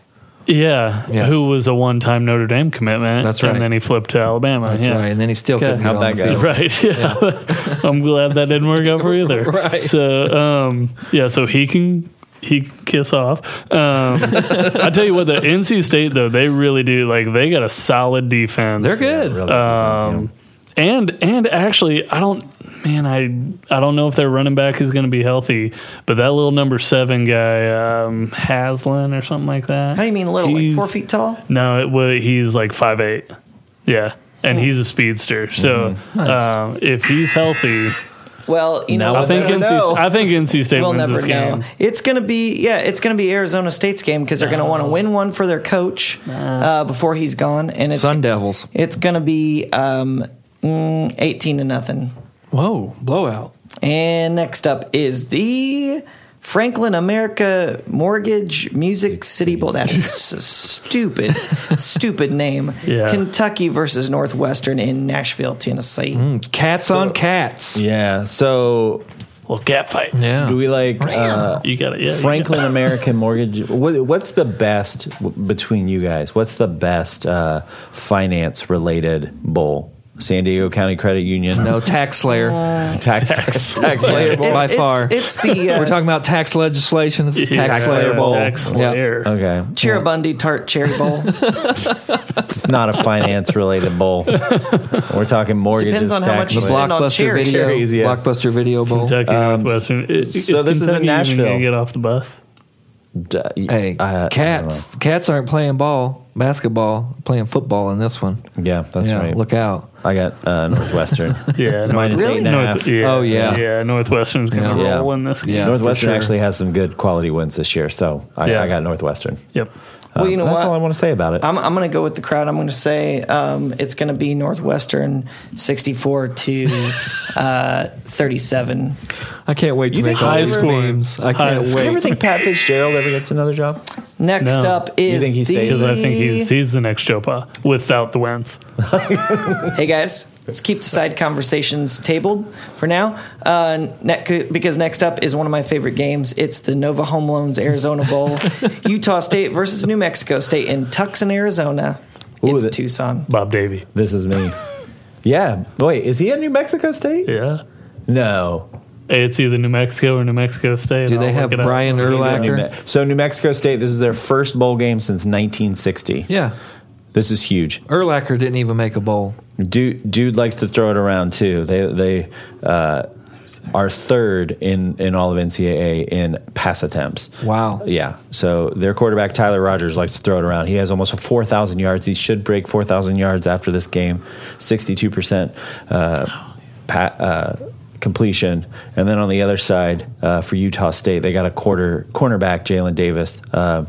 S3: Yeah,
S2: Yeah.
S3: who was a one-time Notre Dame commitment.
S2: That's right.
S3: And then he flipped to Alabama.
S2: That's
S3: yeah.
S2: right. And then he still
S3: Okay.
S2: couldn't
S1: How'd
S2: get on
S1: that
S2: the
S1: go?
S2: field.
S3: Right. Yeah. I'm glad that didn't work out for either.
S2: Right.
S3: So, um, yeah, so he can he can kiss off. Um, I tell you what, the NC State though, they really do like they got a solid defense.
S2: They're good.
S1: Really good defense,
S3: Um, and and actually, I don't. Man, I I don't know if their running back is going to be healthy, but that little number seven guy, um, Haslin or something like that.
S4: How do you mean little? Like
S3: He's-
S4: four feet tall?
S3: no, it wa he's like five eight. Yeah, and he's a speedster. So um, if he's healthy,
S4: Well, you
S1: Mm-hmm. Now
S4: know,
S3: I
S1: We'll
S3: think
S1: never
S3: NC.
S1: know.
S3: I think NC State
S4: we'll
S3: wins
S4: never
S3: this game.
S4: know. It's going to be, yeah, it's going to be Arizona State's game because they're going to want to win one for their coach uh, before he's gone. And it's,
S2: Sun Devils.
S4: it's going to be um, mm, 18 to nothing.
S2: Whoa, blowout.
S4: And next up is the Franklin America Mortgage Music City Bowl. That is a stupid, stupid name.
S3: Yeah.
S4: Kentucky versus Northwestern in Nashville, Tennessee.
S2: Cats on cats.
S1: Yeah. So
S3: Well, cat fight.
S2: Yeah.
S1: do we like uh,
S3: You got it. Yeah, you
S1: Franklin American Mortgage? What, what's the best w- between you guys? What's the best uh, finance related bowl? San Diego County Credit Union.
S2: no tax slayer.
S1: tax tax
S2: slayer
S1: layer
S4: It-
S1: bowl.
S2: by
S4: it's-
S2: far.
S4: It's the uh,
S2: We're talking about tax legislation. This is
S3: got it.
S2: tax
S1: Tax
S2: slayer
S1: slayer.
S2: bowl.
S3: Tax
S2: Yep.
S3: Slayer.
S1: Okay,
S4: Cherubundi Tart Cherry Bowl.
S1: it's not a finance related bowl. We're talking mortgages.
S4: Depends on how
S1: tax
S4: much you
S1: layer.
S4: spend on
S2: Blockbuster
S4: cherries.
S2: video.
S1: Cherries, yeah.
S2: Blockbuster video bowl.
S3: Kentucky, Northwestern. I-
S1: Um, so
S3: is
S1: this is in
S3: Kentucky even
S1: Nashville.
S3: gonna Get off the bus.
S1: D-
S2: Hey,
S1: I- I don't
S2: cats! Cats aren't playing ball, basketball, playing football in this one.
S1: know. Yeah, that's
S2: yeah,
S1: right.
S2: look out.
S1: I got uh, Northwestern.
S3: Yeah,
S1: Minus
S3: North-
S1: eight and a
S3: North-
S1: half.
S3: yeah,
S2: Oh, yeah.
S3: yeah. Northwestern's gonna
S1: Yeah.
S3: roll in this game.
S2: Yeah.
S1: Northwestern
S2: for sure.
S1: actually has some good quality wins this year, so I,
S3: Yeah.
S1: I got Northwestern.
S3: Yep.
S4: Well, you know
S1: That's
S4: what?
S1: all I want to say about it.
S4: I'm, I'm going to go with the crowd. I'm going to say um, it's going to be Northwestern 64 to uh, 37.
S2: I can't wait to
S1: You
S2: make
S1: think
S2: all
S1: high
S2: these
S3: scoring?
S2: memes. I
S3: High
S2: can't
S1: Do you
S2: wait.
S1: ever think Pat Fitzgerald ever gets another job?
S4: Next
S3: No.
S4: up is
S1: think he
S4: the,
S1: stays?
S3: Because I think he's he's the next Chopa without the wins.
S4: Hey guys, let's keep the side conversations tabled for now. Uh, ne- because next up is one of my favorite games. It's the Nova Home Loans Arizona Bowl, Utah State versus New Mexico State in Tucson, Arizona.
S1: Ooh,
S4: it's
S1: the-
S4: Tucson.
S3: Bob Davy.
S1: This is me. yeah. Wait, is he at New Mexico State?
S3: Yeah.
S1: No.
S3: It's either New Mexico or New Mexico State.
S2: Do they have Brian
S1: New
S2: Urlacher?
S1: Me- so New Mexico State, this is their first bowl game since 1960.
S2: Yeah,
S1: This is huge.
S2: Urlacher didn't even make a bowl.
S1: Dude, dude likes to throw it around too. They they uh, are third in in all of NCAA in pass attempts.
S2: Wow.
S1: Yeah. So their quarterback Tyler Rogers likes to throw it around. He has almost 4,000 yards. He should break 4,000 yards after this game. 62% uh, pa- uh, completion. And then on the other side uh, for Utah State, they got a quarter cornerback Jalen Davis um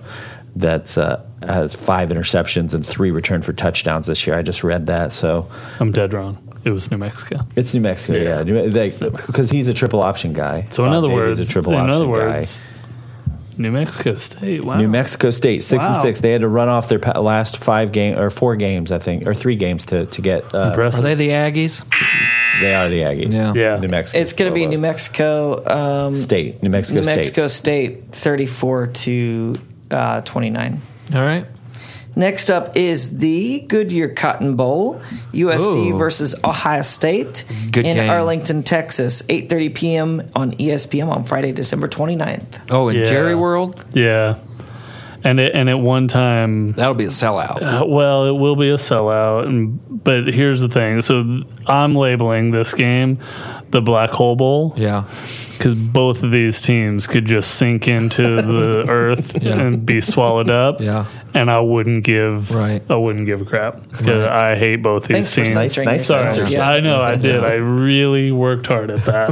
S1: that's uh, has five interceptions and three returned for touchdowns this year. I just read that. So
S3: I'm dead wrong. It was New Mexico.
S1: it's New Mexico,
S3: Yeah.
S1: yeah, because he's a triple option guy.
S3: So in
S1: Bob
S3: other
S1: Davies
S3: words,
S1: is a triple
S3: in
S1: option
S3: other
S1: guy.
S3: words, New Mexico State. Wow.
S1: New Mexico State six and
S3: Wow.
S1: six. They had to run off their pa- last five game or four games, I think, or three games to to get. Uh,
S2: Are
S3: Impressive.
S2: they the Aggies?
S1: they are the Aggies.
S2: Yeah.
S3: Yeah.
S1: New Mexico.
S4: It's going to be New Mexico, um,
S1: State. New Oh, Mexico
S4: New
S1: State.
S4: Mexico State 34 to uh, 29.
S2: All right.
S4: Next up is the Goodyear Cotton Bowl, USC
S2: Ooh.
S4: versus Ohio State
S2: Good
S4: in
S2: game.
S4: Arlington, Texas, 8:30 p.m. on E ESPN on Friday, December 29th.
S2: Oh, in
S3: Yeah.
S2: Jerry World,
S3: Yeah. And it, and at one time,
S2: that'll be a sellout.
S3: uh, well, it will be a sellout. And, but here's the thing: so th- I'm labeling this game the Black Hole Bowl
S2: Yeah.
S3: because both of these teams could just sink into the earth
S2: Yeah.
S3: and be swallowed up.
S2: Yeah.
S3: and I wouldn't give
S2: Right.
S3: I wouldn't give a crap because I hate both these
S4: Thanks for
S3: teams.
S1: Nice,
S4: Censoring
S1: nice
S4: yourself.
S1: censorship.
S4: Yeah.
S3: I know I did. I really worked hard at that.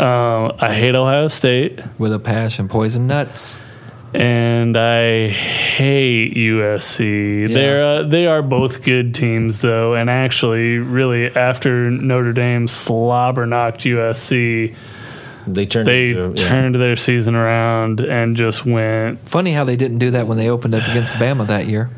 S3: um, I hate Ohio State
S2: With a passion, poison nuts.
S3: and I hate USC.
S2: Yeah.
S3: They're uh, they are both good teams though, and actually, really after Notre Dame slobber knocked USC,
S1: They turned.
S3: they
S1: into- yeah.
S3: turned their season around and just went.
S2: Funny how they didn't do that when they opened up against Bama that year.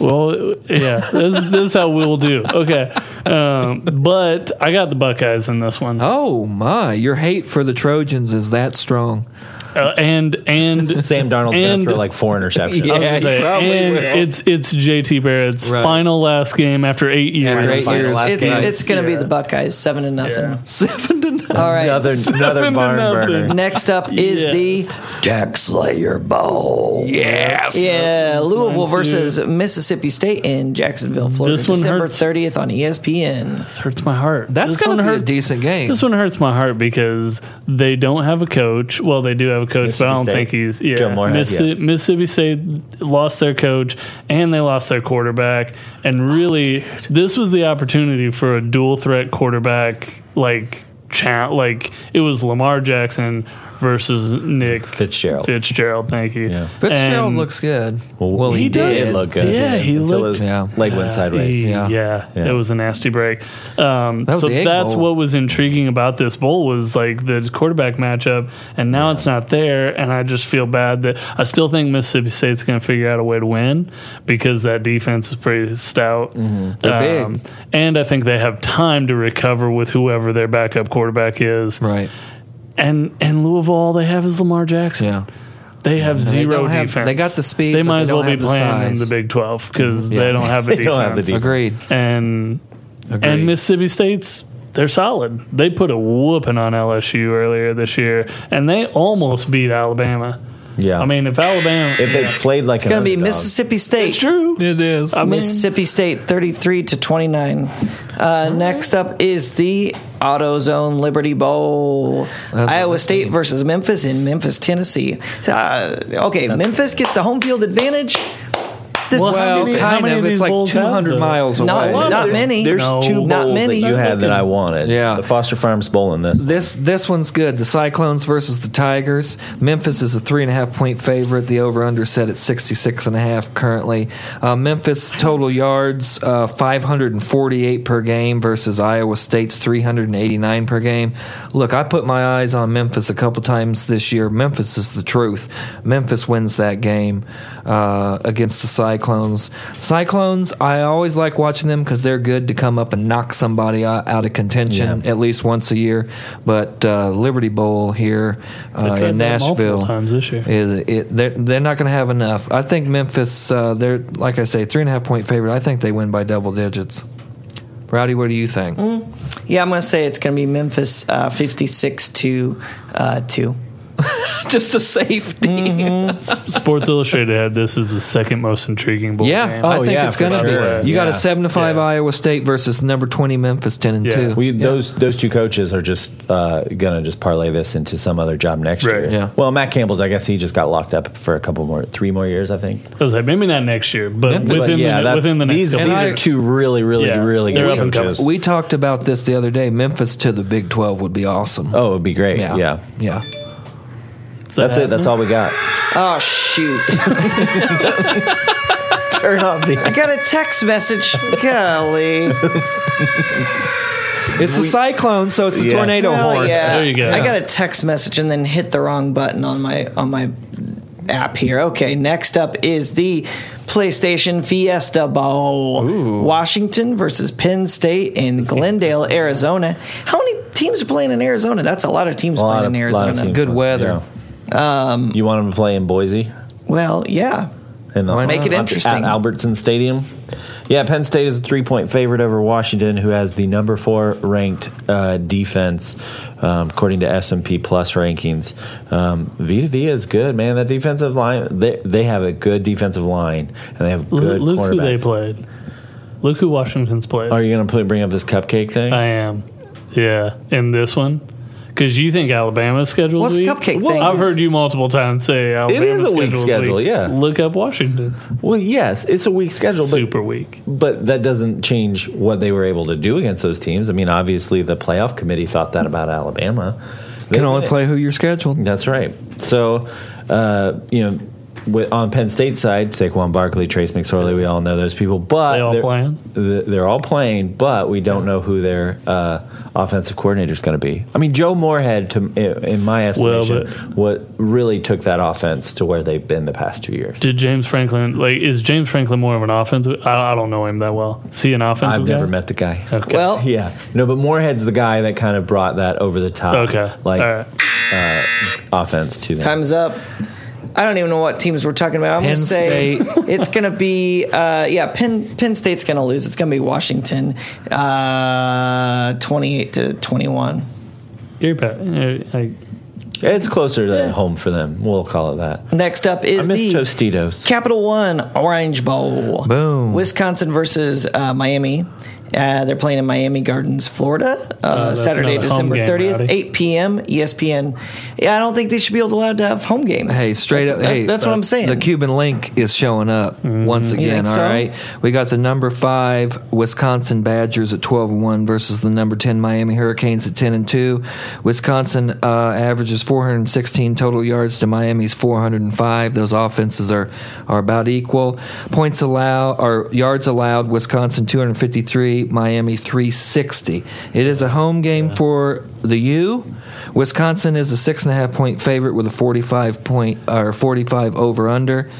S3: Well, yeah, this, this is how we'll do. Okay, um, but I got the Buckeyes in this one,
S2: Oh my, your hate for the Trojans is that strong.
S3: uh, and and
S1: Sam Darnold's going
S3: And-
S1: to throw like four interceptions.
S2: Yeah.
S3: I was gonna
S2: you
S3: say,
S2: probably
S3: and
S2: will.
S3: it's it's JT Barrett's
S2: Right.
S3: final last game after eight years.
S2: After eight years.
S1: Last
S4: It's,
S1: game.
S4: it's going to
S3: Yeah.
S4: be the Buckeyes, seven to nothing.
S3: Yeah.
S2: Seven to nine.
S4: All right.
S1: Another another
S3: to
S1: barn
S3: nothing.
S1: burner.
S4: Next up is
S3: Yeah.
S4: the Jack Slayer Bowl.
S2: Yes.
S4: Yeah, Louisville
S3: Mine too.
S4: versus Mississippi State in Jacksonville, Florida,
S3: This one
S4: December
S3: hurts.
S4: thirtieth on E ESPN.
S3: This hurts my heart.
S2: That's
S3: This
S2: going to
S3: one
S2: be a
S3: hurt-
S2: decent game.
S3: This one hurts my heart because they don't have a coach. Well, they do have a coach, but I don't
S1: Mississippi
S3: think
S1: State.
S3: he's yeah.
S1: Joe Moorhead,
S3: Missi-
S1: yeah.
S3: Mississippi State lost their coach and they lost their quarterback, and
S1: Oh,
S3: really, this was the opportunity for a dual threat quarterback like cha- like it was Lamar Jackson versus Nick
S1: Fitzgerald.
S3: Fitzgerald. Thank you.
S1: Yeah.
S2: Fitzgerald
S3: And-
S2: looks good. Well,
S3: he
S1: It
S3: does.
S1: did look good.
S3: Yeah, he
S1: until
S3: looked-
S1: his
S2: Yeah.
S1: leg went sideways.
S2: Yeah.
S3: Uh, Yeah.
S1: Yeah.
S3: it was a nasty break. Um,
S2: was
S3: so
S2: the Egg
S3: that's
S2: Bowl.
S3: what was intriguing about this bowl was like the quarterback matchup, and now it's not there. And I just feel bad that I still think Mississippi State's going to figure out a way to win because that defense is pretty stout.
S2: Mm-hmm.
S3: Um,
S2: They're big.
S3: and I think they have time to recover with whoever their backup quarterback is.
S2: Right.
S3: And and Louisville, all they have is Lamar Jackson.
S2: Yeah.
S3: They have zero
S2: don't have-
S3: defense.
S2: they got the speed,
S3: They
S2: but
S3: might
S2: they
S3: as
S2: don't
S3: well be
S2: have the
S3: playing in
S2: size. Mm-hmm.
S3: the Big Twelve because they don't have a
S1: They
S3: defense.
S1: don't have the defense.
S2: Agreed.
S3: And
S2: Agreed.
S3: and Mississippi State's they're solid. They put a whooping on LSU earlier this year, and they almost beat Alabama.
S1: Yeah.
S3: I mean, if Alabama,
S1: if they played like it's
S4: Going to be Mississippi State.
S3: it's true.
S2: It is.
S3: I mean,
S4: Uh, Mississippi State 33 to 29. Uh, next up is the AutoZone Liberty Bowl. Iowa State versus Memphis in Memphis, Tennessee. Uh, okay, Memphis gets the home field advantage. This
S3: Well,
S4: is
S2: well,
S3: many-
S4: stupid.
S3: how
S2: kind
S3: many
S2: of.
S3: of
S2: It's
S3: these
S2: like
S3: bowls have
S2: 200
S3: those?
S2: miles away.
S4: Not one. Not
S1: there's,
S4: many.
S1: There's
S3: No.
S1: two
S4: Not
S1: bowls that
S4: many.
S1: you had that I wanted.
S2: Yeah.
S1: The Foster Farms Bowl and this.
S2: This this one's good. The Cyclones versus the Tigers. Memphis is a three and a half point favorite. The over under set at sixty six and a half currently. Uh, Memphis total yards uh, five hundred and forty eight per game versus Iowa State's three hundred and eighty nine per game. Look, I put my eyes on Memphis a couple times this year. Memphis is the truth. Memphis wins that game uh, against the Cyclones. Cyclones, I always like watching them because they're good to come up and knock somebody out out of contention
S1: Yeah.
S2: at least once a year. But uh, Liberty Bowl here uh,
S3: tried
S2: in
S3: that multiple
S2: Nashville
S3: times this year.
S2: is it, they're, they're not going to have enough. I think Memphis. Uh, they're like I say, three and a half point favorite. I think they win by double digits. Rowdy, what do you think?
S4: Yeah, I'm going to say it's going to be Memphis uh, 56 to uh, 2.
S2: Just a safety.
S3: Sports Illustrated had this is the second most intriguing bowl
S2: Yeah,
S3: game.
S2: I think
S1: Oh, yeah,
S2: it's
S1: for
S2: going to
S1: sure.
S2: be. You got
S1: Yeah.
S2: a seven to five
S3: Yeah.
S2: Iowa State versus number twenty Memphis, ten and
S3: Yeah.
S2: two.
S1: We those those two coaches are just uh, gonna just parlay this into some other job next
S3: Right.
S1: year.
S2: Yeah.
S1: Well, Matt Campbell, I guess he just got locked up for a couple more, three more years, I think.
S3: I was like, maybe not next year, but
S2: Memphis-
S3: within,
S1: But
S3: the, ne-
S1: Oh. that's-
S3: within the next.
S1: these,
S3: couple
S1: these
S2: And I-
S1: are two really, really,
S3: Yeah,
S1: really
S3: they're
S1: good
S3: up and
S1: coaches.
S3: coming.
S2: we talked about this the other day. Memphis to the Big Twelve would be awesome.
S1: oh, it'd be great. Yeah.
S2: yeah.
S3: years.
S1: That's it. That's all we got.
S4: Oh, shoot.
S1: Turn off the.
S4: I got a text message. Golly.
S2: It's the cyclone, so it's the
S1: Yeah.
S2: tornado
S4: Well,
S2: horn.
S4: yeah.
S3: There you go.
S4: I got a text message and then hit the wrong button on my on my app here. Okay, next up is the PlayStation Fiesta Bowl. Washington versus Penn State in Glendale, Arizona. How many teams are playing in Arizona? That's a lot of teams
S1: A lot
S4: playing
S1: of-
S4: in
S1: lot of
S4: Arizona.
S1: teams.
S2: Good weather.
S1: Yeah. you want them to play in Boise?
S4: Well, yeah.
S1: And uh, the-
S4: Make it
S1: at-
S4: interesting.
S1: At Albertson Stadium. Yeah, Penn State is a three point favorite over Washington, who has the number four ranked uh, defense um, according to S and P Plus rankings. Um, Vita Villa is good, man. That defensive line, they, they have a good defensive line, and they have
S3: Look,
S1: good
S3: look who
S1: cornerbacks.
S3: they played. Look who Washington's played.
S1: Are you going to put, bring up this cupcake thing?
S3: I am. Yeah, and this one. Because you think Alabama's schedule
S4: What's
S3: weak?
S4: cupcake thing?
S3: I've heard you multiple times say
S1: is
S3: Alabama's
S1: a weak
S3: schedule's
S1: schedule, yeah.
S3: Look up Washington's.
S1: well, yes, it's a weak schedule, but
S3: Super weak.
S1: But that doesn't change what they were able to do against those teams. I mean, obviously, the playoff committee thought that about Alabama. They
S2: can only
S1: did.
S2: play who you're scheduled.
S1: That's right. So, uh, you know, with, on Penn State's side, Saquon Barkley, Trace McSorley, we all know those people. But
S3: They all
S1: they're-
S3: playing?
S1: th- They're all playing, but we don't know who their uh, offensive coordinator is going to be. I mean, Joe Moorhead, to, in in my estimation, what really took that offense to where they've been the past two years.
S3: Did James Franklin, like, is James Franklin more of an offensive? I, I don't know him that well. See an offensive
S1: I've
S3: guy?
S1: never met the guy.
S3: Okay.
S4: Well,
S1: Yeah, no, but Moorhead's the guy that kind of brought that over the top,
S3: okay.
S1: like
S3: All right.
S1: offense to them.
S4: Time's up. I don't even know what teams we're talking about. I'm
S2: Penn
S4: going to say
S2: State.
S4: it's going to be, uh, yeah, Penn, Penn State's going to lose. It's going to be Washington uh, 28 to 21.
S3: Gary Pat. I, I,
S1: It's closer to home for them. We'll call it that.
S4: Next up
S1: I
S4: is
S1: miss
S4: the
S1: Tostitos.
S4: Capital One Orange Bowl.
S2: Boom.
S4: Wisconsin versus uh, Miami. Uh, they're playing in Miami Gardens, Florida, uh,
S3: that's
S4: Saturday,
S3: another home
S4: December
S3: game,
S4: 30th,
S3: Rowdy.
S4: 8 p.m. ESPN. Yeah, I don't think they should be allowed to have home games.
S2: Hey, straight
S4: That's-
S2: up. Hey, uh,
S4: that's what I'm saying.
S2: The Cuban link is showing up
S1: Mm-hmm.
S2: once again.
S4: think
S2: All
S4: so?
S2: right, we got the number five Wisconsin Badgers at twelve and one versus the number ten Miami Hurricanes at ten and two. Wisconsin uh, averages four hundred sixteen total yards to Miami's four hundred and five. Those offenses are are about equal. Points allowed or yards allowed. Wisconsin two hundred fifty three. Miami three sixty. It is a home game for the U. Wisconsin is a six and a half point favorite with a forty five point or forty five over under.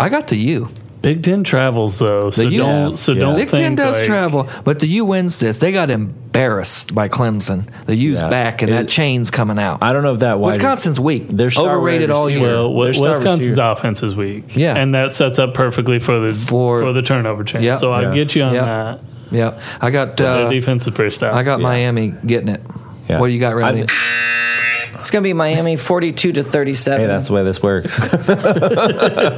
S2: I got the U.
S3: Big Ten travels though, so
S2: The U-
S3: don't. So
S1: Yeah.
S3: don't.
S2: Big
S3: think,
S2: Ten does
S3: like,
S2: travel, but the U wins this. They got embarrassed by Clemson. The U's
S1: Yeah.
S2: back, and
S1: It-
S2: that chain's coming out.
S1: I don't know if that wide
S2: Wisconsin's weak.
S1: Their star
S2: overrated
S1: wide
S2: all
S1: receiver-
S2: year.
S3: Well,
S1: Their star
S3: Wisconsin's
S1: receiver.
S3: offense is weak.
S2: Yeah.
S3: and that sets up perfectly for the for,
S2: For-
S3: the turnover chance.
S2: Yep.
S3: so I
S1: Yeah.
S3: get you on
S2: Yep.
S3: that.
S2: yeah, I got
S3: Their
S2: uh,
S3: defense is pretty stout.
S2: I got Miami getting it.
S1: Yeah.
S2: What do you got, Randy?
S1: I-
S4: It's going to be Miami 42 to 37.
S1: Hey, that's the way this works.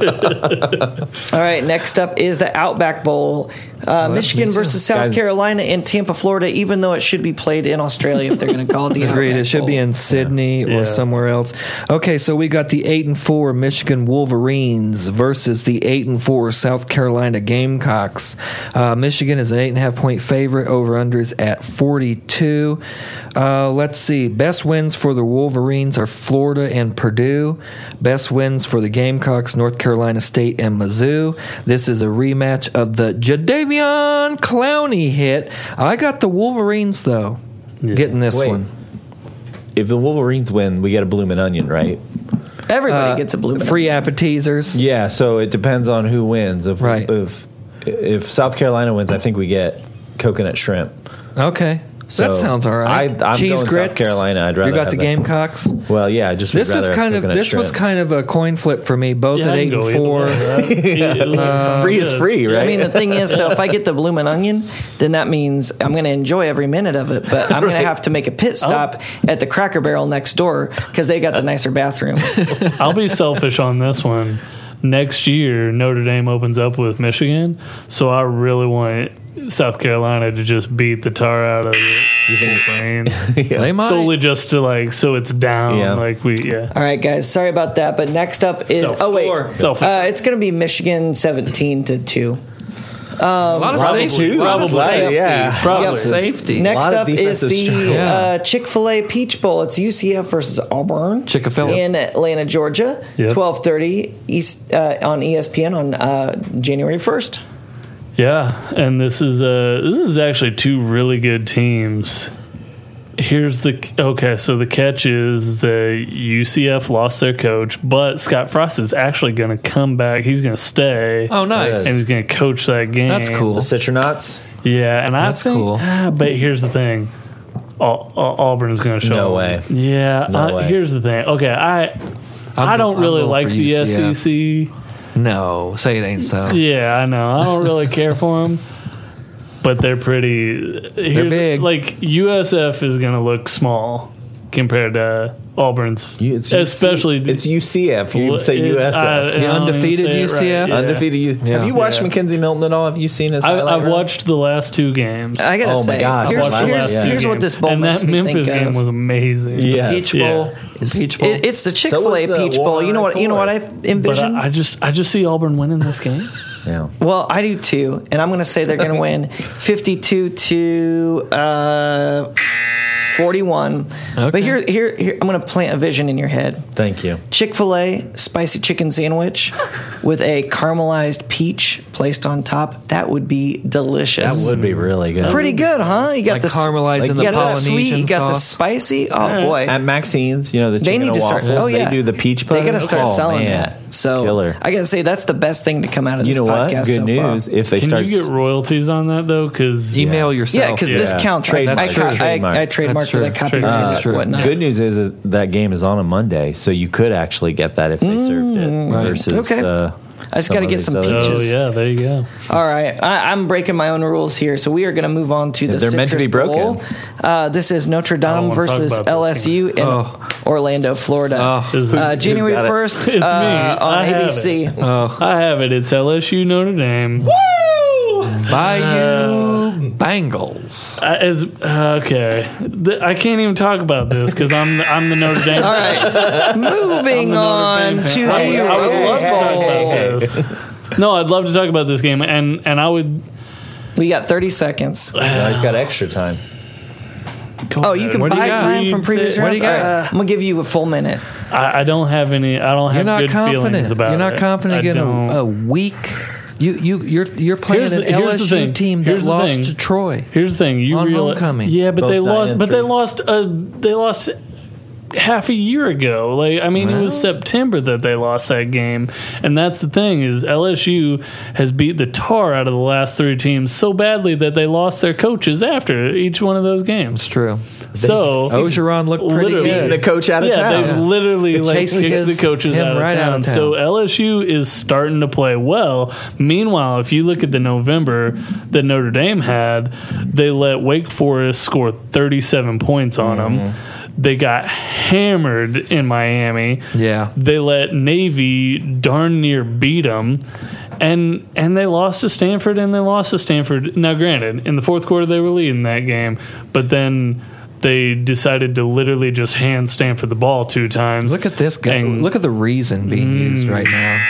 S4: All right, next up is the Outback Bowl. Uh, Michigan versus South
S1: Guys-
S4: Carolina and Tampa, Florida, even though it should be played in Australia if they're going to call it the
S2: Agreed.
S4: Outback
S2: It should
S4: Bowl.
S2: be in Sydney or
S3: Yeah.
S2: somewhere else. Okay, so we got the eight and four Michigan Wolverines versus the eight and four South Carolina Gamecocks. Uh, Michigan is an eight and a half point favorite. Over under is at forty two. Uh, let's see. Best wins for the Wolverines are Florida and Purdue. Best wins for the Gamecocks, North Carolina State and Mizzou. This is a rematch of the Jadavion Clowney hit. I got the Wolverines though. Getting this
S1: Wait.
S2: one.
S1: if the Wolverines win, we get a bloomin' onion, right?
S4: Everybody
S2: Uh,
S4: gets a blue medal.
S2: free appetizers.
S1: Yeah. So it depends on who wins. If
S2: Right.
S1: if if South Carolina wins, I think we get coconut shrimp.
S2: Okay, so that
S1: So,
S2: sounds all right.
S1: I- I'm
S2: Cheese
S1: going South
S2: grits.
S1: Carolina. I'd rather
S2: you got
S1: have
S2: the
S1: that.
S2: Gamecocks.
S1: Well, yeah. I just would
S2: This is
S1: rather have
S2: kind of
S1: coconut
S2: this was
S1: shrimp.
S2: kind of a coin flip for me. Both
S3: Yeah,
S2: at
S3: I
S2: eight
S3: can go
S2: and
S3: either
S2: four.
S3: way. It looks
S1: free is
S3: good.
S1: free, right?
S4: I mean, the thing is, though, if I get the bloomin' onion, then that means I'm going to enjoy every minute of it, but I'm going to have to make a pit stop at the Cracker Barrel next door because they got the nicer bathroom.
S3: I'll be selfish on this one. Next year, Notre Dame opens up with Michigan, so I really want South Carolina to just beat the tar out of the Wolverines
S2: They might.
S3: solely just to like so it's down.
S1: Yeah.
S3: Like we yeah.
S4: All right, guys, sorry about that, but next up is
S3: Self-
S4: oh wait,
S3: score. Self-
S4: uh, it's going to be Michigan 17 to two.
S2: a lot of
S1: Probably
S2: safety.
S1: two.
S2: A lot of
S1: Probably,
S2: safety.
S1: yeah.
S2: Probably.
S4: Yep.
S2: safety.
S4: Next
S1: lot of
S4: up is
S1: defensive
S4: the
S1: struggle.
S4: uh, Chick Fil A Peach Bowl. It's UCF versus Auburn,
S2: Chick-fil-A.
S4: in Atlanta, Georgia,
S3: Yep.
S4: twelve thirty East uh, on ESPN on uh, January first.
S3: Yeah. And this is uh this is actually two really good teams. Here's the okay. So the catch is the UCF lost their coach, but Scott Frost is actually going to come back. He's going to stay.
S2: Oh, nice.
S3: And he's going to coach that game.
S2: That's cool.
S1: the citronauts.
S3: Yeah, and I
S2: That's
S3: think-
S2: cool.
S3: ah, but here's the thing: Au- Au- Auburn is going to show.
S1: No
S3: up.
S1: way.
S3: Yeah.
S1: No
S3: uh,
S1: way.
S3: Here's the thing. Okay, I I'm, I
S2: I'm-
S3: do not
S2: I'm
S3: really
S2: going
S3: like
S2: for
S3: the E
S2: UCF.
S3: SEC.
S2: No, say it ain't so.
S3: Yeah, I know. I don't really care for them. But they're pretty. They're
S2: big.
S3: Like USF is going to look small compared to Auburn's,
S1: You- It's
S3: especially
S1: UC, it's UCF. You would say
S3: It- I- I
S1: USF.
S2: The
S3: don't even
S2: undefeated
S3: say it
S2: UCF?
S3: Yeah.
S1: Undefeated. U-
S2: Yeah.
S1: Have you watched
S3: Yeah.
S1: Mackenzie Milton at all? Have you seen his?
S3: I,
S1: highlight
S3: I've
S1: reel?
S3: watched the last two games.
S4: I gotta
S1: Oh my
S4: say,
S1: God.
S3: I've
S4: here's,
S3: watched the
S4: here's,
S3: last two
S4: here's what
S3: games.
S4: this bowl
S3: and
S4: makes
S3: that
S4: me
S3: Memphis
S4: think
S3: game
S4: of.
S3: was amazing.
S1: Yeah.
S2: Peach
S3: Yeah.
S2: Bowl. is Peach Bowl.
S4: It- it's the Chick
S1: So
S4: Fil
S1: was
S4: A
S1: the
S4: Peach Bowl. You know what? You know what I
S3: But
S4: envision.
S3: I, I just I just see Auburn winning this game.
S1: Yeah.
S4: well, I do too, and I'm going to say they're going to win 52 to uh, 41. But
S2: Okay.
S4: here, here, here, I'm going to plant a vision in your head.
S1: Thank you.
S4: Chick fil A spicy chicken sandwich with a caramelized peach placed on top. That would be
S1: That
S4: delicious.
S1: would be really good.
S4: Pretty good, huh? You got
S2: Like
S4: the s-
S2: caramelized in
S4: you
S2: the
S4: got sweet,
S2: Polynesian
S4: you got the
S2: sauce.
S4: spicy. Oh boy,
S1: At Maxine's, you know the
S4: they
S1: chicken
S4: need
S1: and
S4: to start.
S1: waffles,
S4: Oh yeah,
S1: they do the peach.
S4: They
S1: Pudding.
S4: got to start
S1: Oh,
S4: selling
S1: man.
S4: that.
S1: It's
S4: So
S1: killer.
S4: I got to say that's the best thing to come out of
S1: you
S4: this
S1: know what?
S4: podcast
S1: Good
S4: so
S1: news
S4: far.
S1: if they
S3: Can
S1: start.
S3: you get royalties on that though? Because
S2: Email
S4: Yeah,
S2: yourself.
S4: because this
S1: Yeah.
S4: counts. I-
S1: Trademark.
S4: I,
S1: That's
S4: ca-
S1: true.
S4: I, I
S1: Trademark.
S4: trademarked
S2: That's
S4: that I
S2: true.
S4: copyrighted
S2: That's
S4: it
S2: true.
S4: whatnot.
S1: Good news is that that game is on a Monday, so you could actually get that if they served it. Versus,
S4: Mm, Okay.
S1: uh,
S4: I just
S1: some
S4: gotta
S1: of
S4: get
S1: these
S4: some
S1: other-
S4: peaches.
S3: Oh yeah, there you go.
S4: All right, I, I'm breaking my own rules here, so we are going to move on to the.
S1: They're meant to
S4: Citrus
S1: be broken.
S4: Bowl. Uh, this is Notre
S3: don't
S4: Dame
S3: wanna talk
S4: versus
S3: about this
S4: LSU in
S2: Oh.
S4: Orlando, Florida,
S2: Oh.
S3: This is-
S4: uh, January
S1: got it?
S4: first
S3: It's me.
S4: uh, on
S3: I have
S4: ABC.
S2: Oh,
S3: I have it. It's LSU Notre Dame. Uh,
S2: Bayou Bangles.
S3: I- As okay, Th- I can't even talk about this because I'm the, I'm the Notre Dame.
S4: All right, moving
S3: I'm
S4: on
S3: the Notre Dame fan.
S4: to
S3: I would-
S4: the
S3: I would love
S4: Rose
S3: to talk about
S4: Bowl.
S3: this. No, I'd love to talk about this game, and and I would.
S4: We got 30 seconds.
S1: No, he's got extra time.
S4: Oh, you can
S2: What do you
S4: buy
S2: got?
S4: time from previous
S2: What do
S4: rounds.
S2: you got?
S4: All right, I'm gonna give you a full minute.
S3: I, I don't have any. I don't
S2: You're
S3: have
S2: not
S3: good
S2: confident.
S3: feelings about
S2: You're not
S3: it.
S2: confident
S3: I
S2: getting
S3: don't.
S2: a, a weak. You you you're you're playing
S3: Here's the-
S2: an
S3: here's the
S2: LSU
S3: thing.
S2: team that
S3: Here's the
S2: lost
S3: thing.
S2: to Troy.
S3: Here's the thing. You
S2: On
S3: reali-
S2: homecoming.
S3: Yeah, but
S1: Both
S3: they
S1: nine
S3: lost.
S1: and
S3: But
S1: three.
S3: they lost. A, they lost half a year ago. Like I mean, it was September that they lost that game, and that's the thing is LSU has beat the tar out of the last three teams so badly that they lost their coaches after each one of those games.
S2: It's true.
S3: So
S1: Oh,
S2: Ogeron looked pretty
S3: Literally.
S2: good.
S1: The coach out of
S3: yeah,
S1: town.
S3: they've literally
S2: They're
S3: like
S2: chasing
S3: kicked the
S2: his-
S3: coaches
S2: him
S3: out of,
S2: right
S3: town.
S2: out of town.
S3: So LSU is starting to play well. Meanwhile, if you look at the November that Notre Dame had, they let Wake Forest score 37 points on them.
S1: Mm-hmm.
S3: They got hammered in Miami.
S2: Yeah.
S3: They let Navy darn near beat them. And and they lost to Stanford and they lost to Stanford. Now granted, in the fourth quarter they were leading that game, but then they decided to literally just hand Stanford the ball two times.
S2: Look at this guy.
S3: And-
S2: Look at the reason being
S3: Mm.
S2: used right now.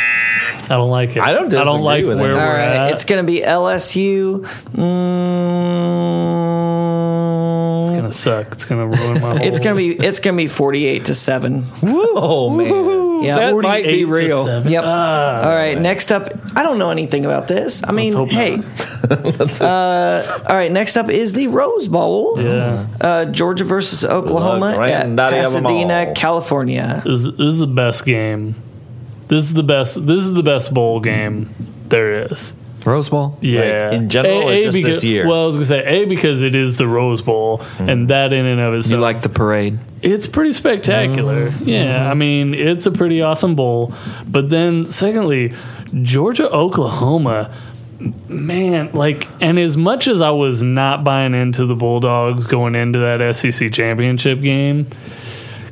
S3: I don't like it.
S1: I don't
S3: I
S1: disagree
S3: don't like
S1: with
S3: where
S1: it.
S3: we're
S4: All right,
S3: at.
S4: it's gonna be LSU. Mm,
S3: it's gonna suck. It's gonna ruin my whole
S4: it's gonna be it's gonna be 48 to seven.
S1: Oh man.
S4: Yeah,
S2: That might be
S3: 48 to
S2: real.
S3: seven.
S4: Yep. All right. Next up, I don't know anything about this. I mean,
S3: hope
S4: hey. uh, all right. Next up is the Rose Bowl.
S3: Yeah.
S4: Uh, Georgia versus
S1: The
S4: Oklahoma at
S1: granddaddy of 'em
S4: Pasadena,
S1: all.
S4: California.
S3: This, this is the best game. This is the best. This is the best bowl game there is.
S2: Rose Bowl.
S3: Yeah,
S1: in general or just this
S3: because,
S1: year?
S3: Well, I was gonna say a because it is the Rose Bowl, and that in and of itself,
S2: Hmm. You like Oh. the parade?
S3: it's pretty spectacular. Yeah, I mean, it's a pretty awesome bowl. But then, secondly, Georgia Oklahoma, man, like, and as much as I was not buying into the Bulldogs going into that SEC championship game.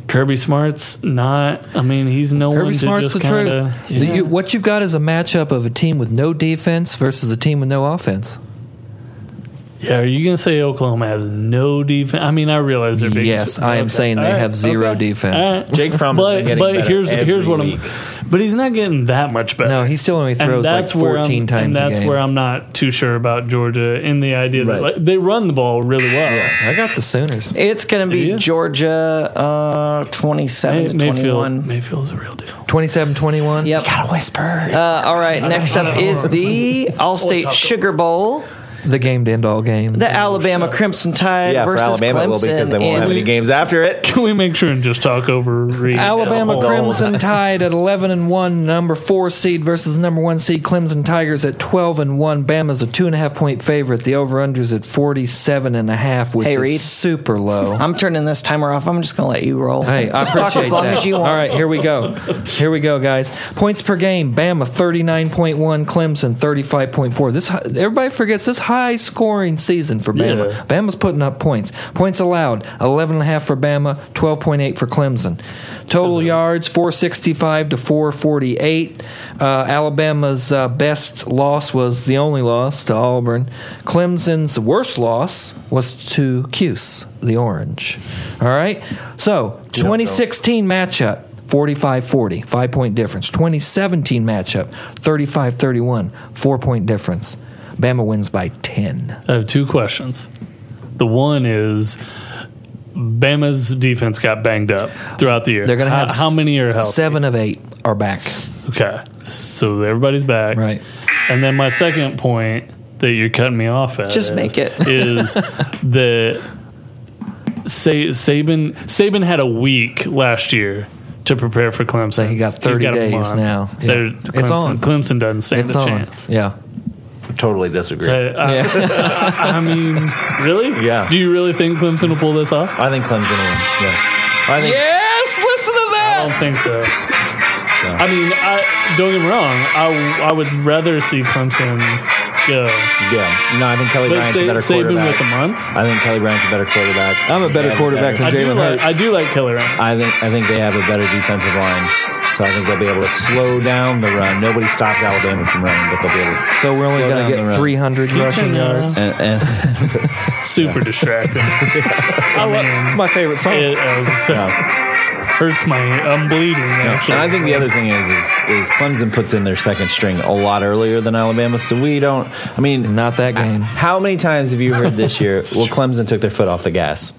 S3: Kirby Smart's not. I mean, he's no one
S2: Kirby
S3: to
S2: Smart's the
S3: just kinda,
S2: truth. The- you- what you've got is a matchup of a team with no defense versus a team with no offense.
S3: Yeah, are you gonna say Oklahoma has no defense? I mean, I realize they're big.
S2: Yes, I am saying they
S3: All right,
S2: have zero defense.
S3: All right.
S1: Jake Fromm has been
S3: But
S1: getting
S3: but
S1: better
S3: here's
S1: every
S3: here's what
S1: week.
S3: I'm. But he's not getting that much better.
S2: No, he still only throws like
S3: where
S2: fourteen
S3: I'm,
S2: times
S3: And that's
S2: a game.
S3: where I'm not too sure about Georgia in the idea
S1: Right.
S3: that like, they run the ball really well.
S2: I got the Sooners.
S4: It's going to be
S3: ya?
S4: Georgia uh, 27
S3: May-
S4: to
S3: Mayfield
S4: 21.
S3: Mayfield's a real deal.
S2: 27-21.
S4: Yep.
S2: You gotta whisper.
S4: Uh, all right. Next up is the All-State Sugar Bowl.
S2: the game to end all games.
S4: The Alabama Crimson Tide
S1: Yeah, for
S4: versus
S1: Alabama
S4: Clemson.
S1: it will because they won't
S4: in-
S1: have any games after it.
S3: Can we make sure and just talk over Reed?
S2: Alabama
S3: Oh.
S2: Crimson Tide at 11 and 1, number 4 seed versus number 1 seed Clemson Tigers at 12 and 1. Bama's a 2.5 point favorite. The over unders at 47 and a half, which
S4: Hey,
S2: is
S4: Reed.
S2: super low.
S4: I'm turning this timer off. I'm just going to let you roll.
S2: Hey, I
S4: Just talk
S2: appreciate
S4: as long
S2: that.
S4: as you want.
S2: All right, here we go. Here we go, guys. Points per game: Bama thirty nine point one, Clemson thirty five point four. This hi- everybody forgets this high scoring season for Bama.
S3: Yeah.
S2: Bama's putting up points. Points allowed 11.5 for Bama, 12.8 for Clemson. Total yards 465 to 448. Uh, Alabama's uh, best loss was the only loss to Auburn. Clemson's worst loss was to Cuse, the Orange. All right. So, 2016 matchup. 45 40, five point difference. 2017 matchup, 35 31, four point difference. Bama wins by 10.
S3: I have two questions. The one is Bama's defense got banged up throughout the year.
S2: They're going to
S3: How-
S2: have
S3: how,
S2: s-
S3: many are healthy?
S2: Seven of eight are back.
S3: Okay, so everybody's back,
S2: Right.
S3: And then my second point that you're cutting me off at
S4: Just
S3: is-
S4: make it.
S3: is that Sa- Saban Saban had a week last year to prepare for Clemson.
S2: he got
S3: He's
S2: 30
S3: a
S2: days
S3: month.
S2: now. Yeah.
S3: They're-
S2: It's
S3: Clemson,
S2: on.
S3: Clemson doesn't stand
S2: It's
S3: a
S2: on.
S3: chance.
S2: Yeah.
S5: Totally disagree.
S3: I, I-
S2: Yeah.
S3: I mean, really?
S1: Yeah.
S3: Do you really think Clemson will pull this off?
S1: I think Clemson will. Yeah. I think
S2: yes, listen to
S3: I
S2: that.
S3: don't think so. I mean, I, don't get me wrong. I, I would rather see Clemson go,
S1: yeah. No, I think Kelly
S3: but
S1: Bryant's
S3: Sa-
S1: a better
S3: Saban with a
S1: quarterback.
S3: month.
S1: I think Kelly Bryant's a better quarterback.
S2: I'm a better
S1: They have
S2: quarterback
S1: better-
S2: than
S3: I do,
S2: Jalen
S3: like,
S2: Hurts.
S3: I do like Kelly Ryan.
S1: I think I think they have a better defensive line. So I think they'll be able to slow down the run. Nobody stops Alabama from running, but they'll be able to.
S2: So we're only
S1: slow down
S2: going to
S1: the
S2: get
S1: run.
S2: 300
S3: you
S2: rushing
S3: turn that
S2: yards.
S3: off?
S1: And, and
S3: Super distracting. I
S2: It's
S3: mean,
S2: my favorite song.
S3: it, uh, so- hurts my. I'm bleeding. Actually,
S1: And I think the other thing is, is is Clemson puts in their second string a lot earlier than Alabama, so we don't. I mean,
S2: Not that game.
S1: How many times have you heard this year? well, Clemson took their foot off the gas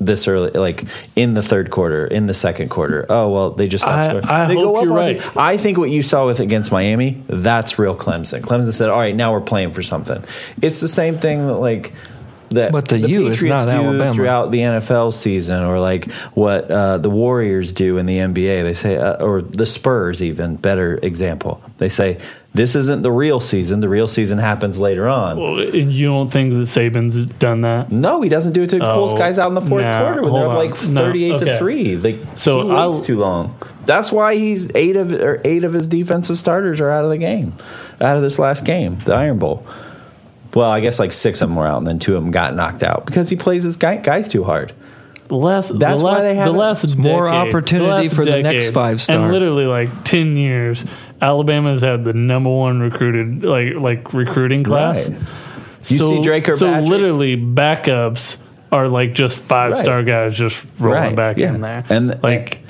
S1: this early, like in the third quarter, in the second quarter. Oh well, they just stopped
S3: I-
S1: scoring.
S3: I
S1: they
S3: hope you're
S1: on
S3: right.
S1: it. I think what you saw with against Miami, that's real Clemson. Clemson said, "All right, now we're playing for something." It's the same thing that like. That
S2: But the U is
S1: Patriots
S2: not
S1: do
S2: Alabama.
S1: throughout the NFL season, or like what uh, the Warriors do in the NBA. They say, uh, or the Spurs, even better example. They say this isn't the real season. The real season happens later on.
S3: Well, and you don't think that Saban's done that?
S1: No, he doesn't do it to pulls guys out in the fourth
S3: no,
S1: quarter when
S3: oh, hold
S1: they're up
S3: on.
S1: like
S3: No,
S1: thirty-eight
S3: okay.
S1: to three. Like
S3: So
S1: he
S3: I'll-
S1: waits too long. That's why he's eight of or eight of his defensive starters are out of the game, out of this last game, the Iron Bowl. Well, I guess like six of them were out, and then two of them got knocked out because he plays his guy, guys too hard.
S3: The last,
S1: That's
S3: the
S1: why
S3: last,
S1: they
S3: the
S1: haven't-
S3: last decade,
S2: more
S3: the
S2: opportunity
S3: last
S2: for the next
S3: decade,
S2: five star.
S3: And literally, like ten years, Alabama's had the number one recruited, like like recruiting class.
S1: Right. You see Drake or
S3: so
S1: Patrick?
S3: literally backups are like just five star guys just rolling
S1: Right,
S3: back
S1: yeah.
S3: in there,
S1: And-
S3: like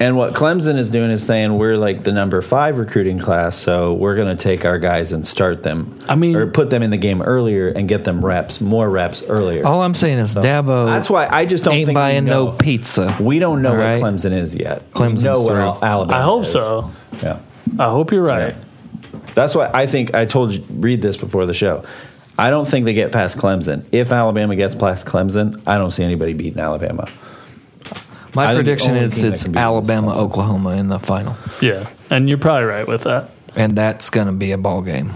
S1: And what Clemson is doing is saying we're like the number five recruiting class, so we're going to take our guys and start them.
S3: I mean-
S1: or put them in the game earlier and get them reps, more reps earlier.
S2: All I'm saying is Dabo
S1: That's why I just don't
S2: Oh, ain't
S1: think
S2: buying
S1: we
S2: no
S1: know.
S2: pizza.
S1: We don't know
S2: All right?
S1: what Clemson is yet.
S2: Clemson's
S1: we know what
S2: three.
S1: Al- Alabama.
S3: I hope
S1: is.
S3: so.
S1: Yeah,
S3: I hope you're right.
S1: that's why I think I told you read this before the show. I don't think they get past Clemson. If Alabama gets past Clemson, I don't see anybody beating Alabama. I
S2: My
S1: think the
S2: prediction
S1: only
S2: is
S1: team that
S2: it's
S1: can beat
S2: Alabama,
S1: Wisconsin.
S2: Oklahoma in the final,
S3: Yeah, and you're probably right with that
S2: and that's going to be a ball game.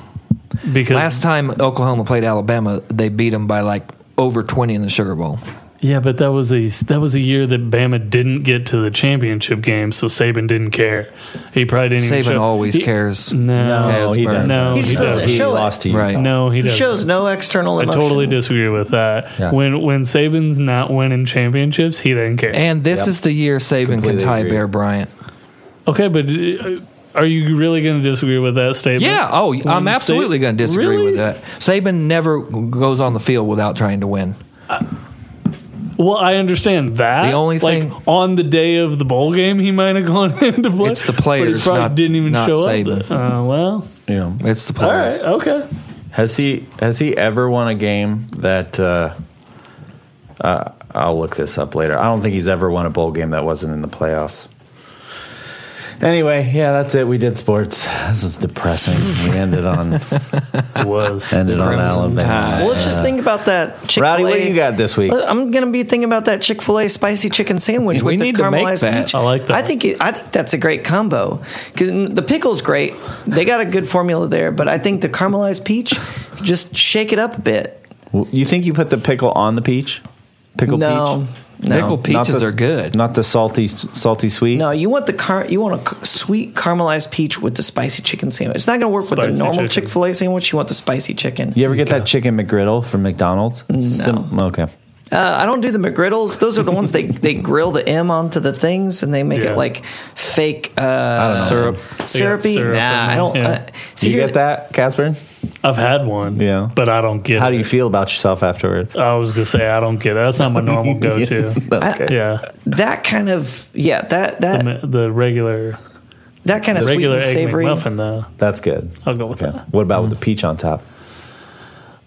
S3: because
S2: Last time Oklahoma played Alabama, they beat them by like over 20 in the Sugar Bowl.
S3: yeah, but that was a that was a year that Bama didn't get to the championship game, so Saban didn't care. He probably didn't. even
S2: Saban
S3: show-
S2: always
S3: He-
S2: cares.
S3: No,
S2: Has
S1: he doesn't.
S2: burned.
S3: No,
S1: he,
S3: he
S1: doesn't.
S3: doesn't.
S1: He
S4: Show it.
S1: lost to you.
S2: Right.
S3: no, he
S4: He
S3: doesn't.
S4: shows no external
S3: I
S4: emotion.
S3: totally disagree with that.
S1: Yeah.
S3: When when Saban's not winning championships, he doesn't care.
S2: And this
S1: Yep.
S2: is the year Saban can
S1: Completely
S2: tie
S1: agree.
S2: Bear Bryant.
S3: okay, but uh, are you really going to disagree with that statement?
S2: Yeah. Oh,
S3: When
S2: I'm
S3: Sa-
S2: absolutely going to disagree
S3: Really?
S2: with that. Saban never goes on the field without trying to win.
S3: Well, I understand that.
S2: The only
S3: like,
S2: thing-
S3: on the day of the bowl game, he might have gone into play.
S2: It's the
S3: but he
S2: players,
S3: probably
S2: not-
S3: didn't even
S2: not
S3: show
S2: Saban.
S3: up. Uh, well,
S1: Yeah.
S2: It's the
S3: all
S2: players.
S3: right, okay.
S1: Has he has he ever won a game that? Uh, uh, I'll look this up later. I don't think he's ever won a bowl game that wasn't in the playoffs. Anyway, yeah, that's it. We did sports. This is depressing. We ended on
S3: It was.
S1: ended on
S2: Crimson
S1: Alabama.
S2: Tide.
S4: Well, let's just think about that Chick-fil-A.
S1: Rowdy, what do you got this week?
S4: Let- I'm gonna be thinking about that Chick Fil A spicy chicken sandwich
S2: We
S4: with
S2: need
S4: the
S2: to make
S4: caramelized
S2: that.
S4: peach.
S3: I like that.
S4: I think it, I think that's a great combo. 'Cause the pickle's great. They got a good formula there, but I think the caramelized peach just shake it up a bit.
S1: You think you put the pickle on the peach? Pickle
S4: no,
S1: peach?
S4: No.
S2: Pickled
S1: Not
S2: peaches
S1: the-
S2: are good.
S1: Not the salty, salty sweet.
S4: No, you want the car- you want a c- sweet caramelized peach with the spicy chicken sandwich. It's not going to work with
S3: Spicy
S4: the normal
S3: chicken.
S4: Chick Fil A sandwich. You want the spicy chicken.
S1: You ever get that chicken McGriddle from McDonald's? No. okay.
S4: Uh, I don't do the McGriddles. Those are the ones they they grill the M onto the things and they make
S3: Yeah.
S4: it like fake uh,
S2: Syrup.
S4: syrupy.
S3: syrup in
S4: nah, I
S3: it.
S4: don't.
S3: Yeah.
S4: Uh,
S1: Do
S4: see,
S1: you
S4: here's-
S1: get that, Casper?
S3: I've had one.
S1: Yeah.
S3: But I don't get
S1: How
S3: it.
S1: do you feel about yourself afterwards?
S3: I was going to say, I don't get it. That's not my normal go to.
S1: Okay.
S3: Yeah.
S4: that kind of yeah that that
S3: The, the regular,
S4: that kind of sweet
S3: regular
S4: and
S3: egg
S4: savory.
S3: McMuffin, though.
S1: That's good.
S3: I'll go with
S1: Okay.
S3: that.
S1: What about with the peach on top?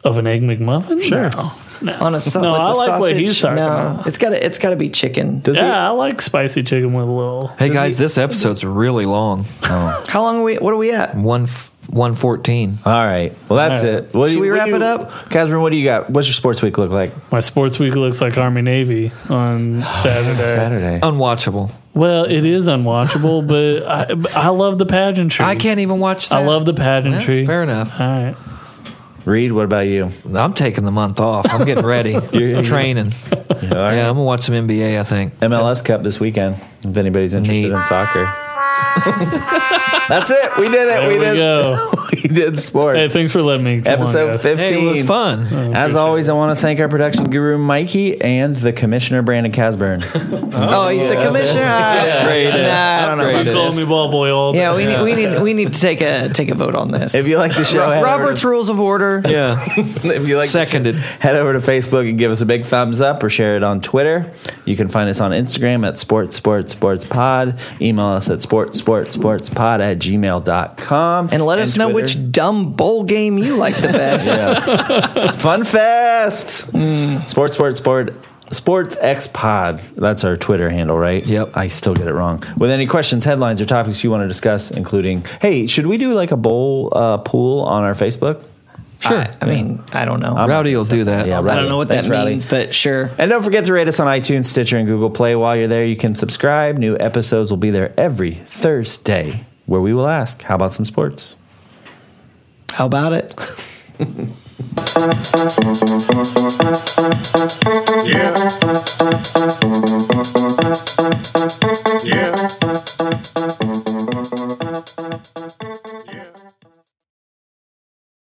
S3: Of an egg McMuffin? Sure. No.
S4: Oh.
S3: no.
S4: on a su-
S3: No,
S4: with
S3: I
S4: the
S3: like
S4: sausage.
S3: what he's talking
S4: no,
S3: about.
S4: it's got to it's got to be chicken.
S1: Does it?
S3: Yeah, I like spicy chicken with a little.
S2: Hey guys, this episode's really long.
S3: Oh.
S4: How long are we? What are we at?
S2: One one fourteen.
S1: All right. Well, that's
S3: All right.
S1: it. What do
S4: Should
S1: you-
S4: we
S1: what
S4: wrap
S1: do you-
S4: it up?
S1: Catherine, what do you got? What's your sports week look like?
S3: My sports week looks like Army Navy on Saturday.
S1: Saturday.
S2: Unwatchable.
S3: Well, it is unwatchable, but I, but I love the pageantry.
S2: I can't even watch that.
S3: I love the
S2: Yeah,
S3: pageantry.
S2: fair enough.
S3: All right.
S1: Reed, what about you?
S2: I'm taking the month off. I'm getting ready. I'm training.
S1: All right.
S2: Yeah, I'm gonna watch some NBA. I think.
S1: MLS Cup this weekend. If anybody's interested
S2: Neat.
S1: in soccer, that's it. We did it.
S3: There
S1: we
S3: we,
S1: did.
S3: go.
S1: We did sports.
S3: Hey, thanks for letting me. Come on,
S1: Episode
S3: guys.
S1: fifteen.
S2: Hey, it was fun.
S1: As always, I want to thank our production guru Mikey and the commissioner Brandon Casburn. Mm-hmm.
S4: Oh, he's a commissioner.
S2: Upgraded.
S4: Nah, I don't know.
S2: Upgraded.
S4: About
S3: You call
S4: this.
S3: me ball boy all day.
S4: Yeah, we need, we need we need to take a take a vote on this.
S1: If you like the show, head over
S4: Robert's Rules of Order.
S2: Yeah.
S1: to- if you like the show,
S2: Seconded.
S1: head over to Facebook and give us a big thumbs up or share it on Twitter. You can find us on Instagram at sports sports sports pod. Email us at sports sports sports pod at gmail.com.
S4: And let us know
S1: Twitter.
S4: which dumb bowl game you like the best.
S1: Yeah. Fun fest.
S4: Mm.
S1: Sports, sports, sport. Sports X Pod. That's our Twitter handle, right?
S2: Yep.
S1: I still get it wrong. With any questions, headlines, or topics you want to discuss, including, hey, should we do like a bowl uh, pool on our Facebook?
S2: Sure.
S4: I, I mean, I don't know.
S2: Rowdy will do that.
S1: Yeah,
S4: I don't know what
S1: Thanks,
S4: that
S1: Rowdy.
S4: means, but sure.
S1: And don't forget to rate us on iTunes, Stitcher, and Google Play. While you're there, you can subscribe. New episodes will be there every Thursday, where we will ask, how about some sports?
S4: How about it?
S6: Yeah. Yeah. Yeah.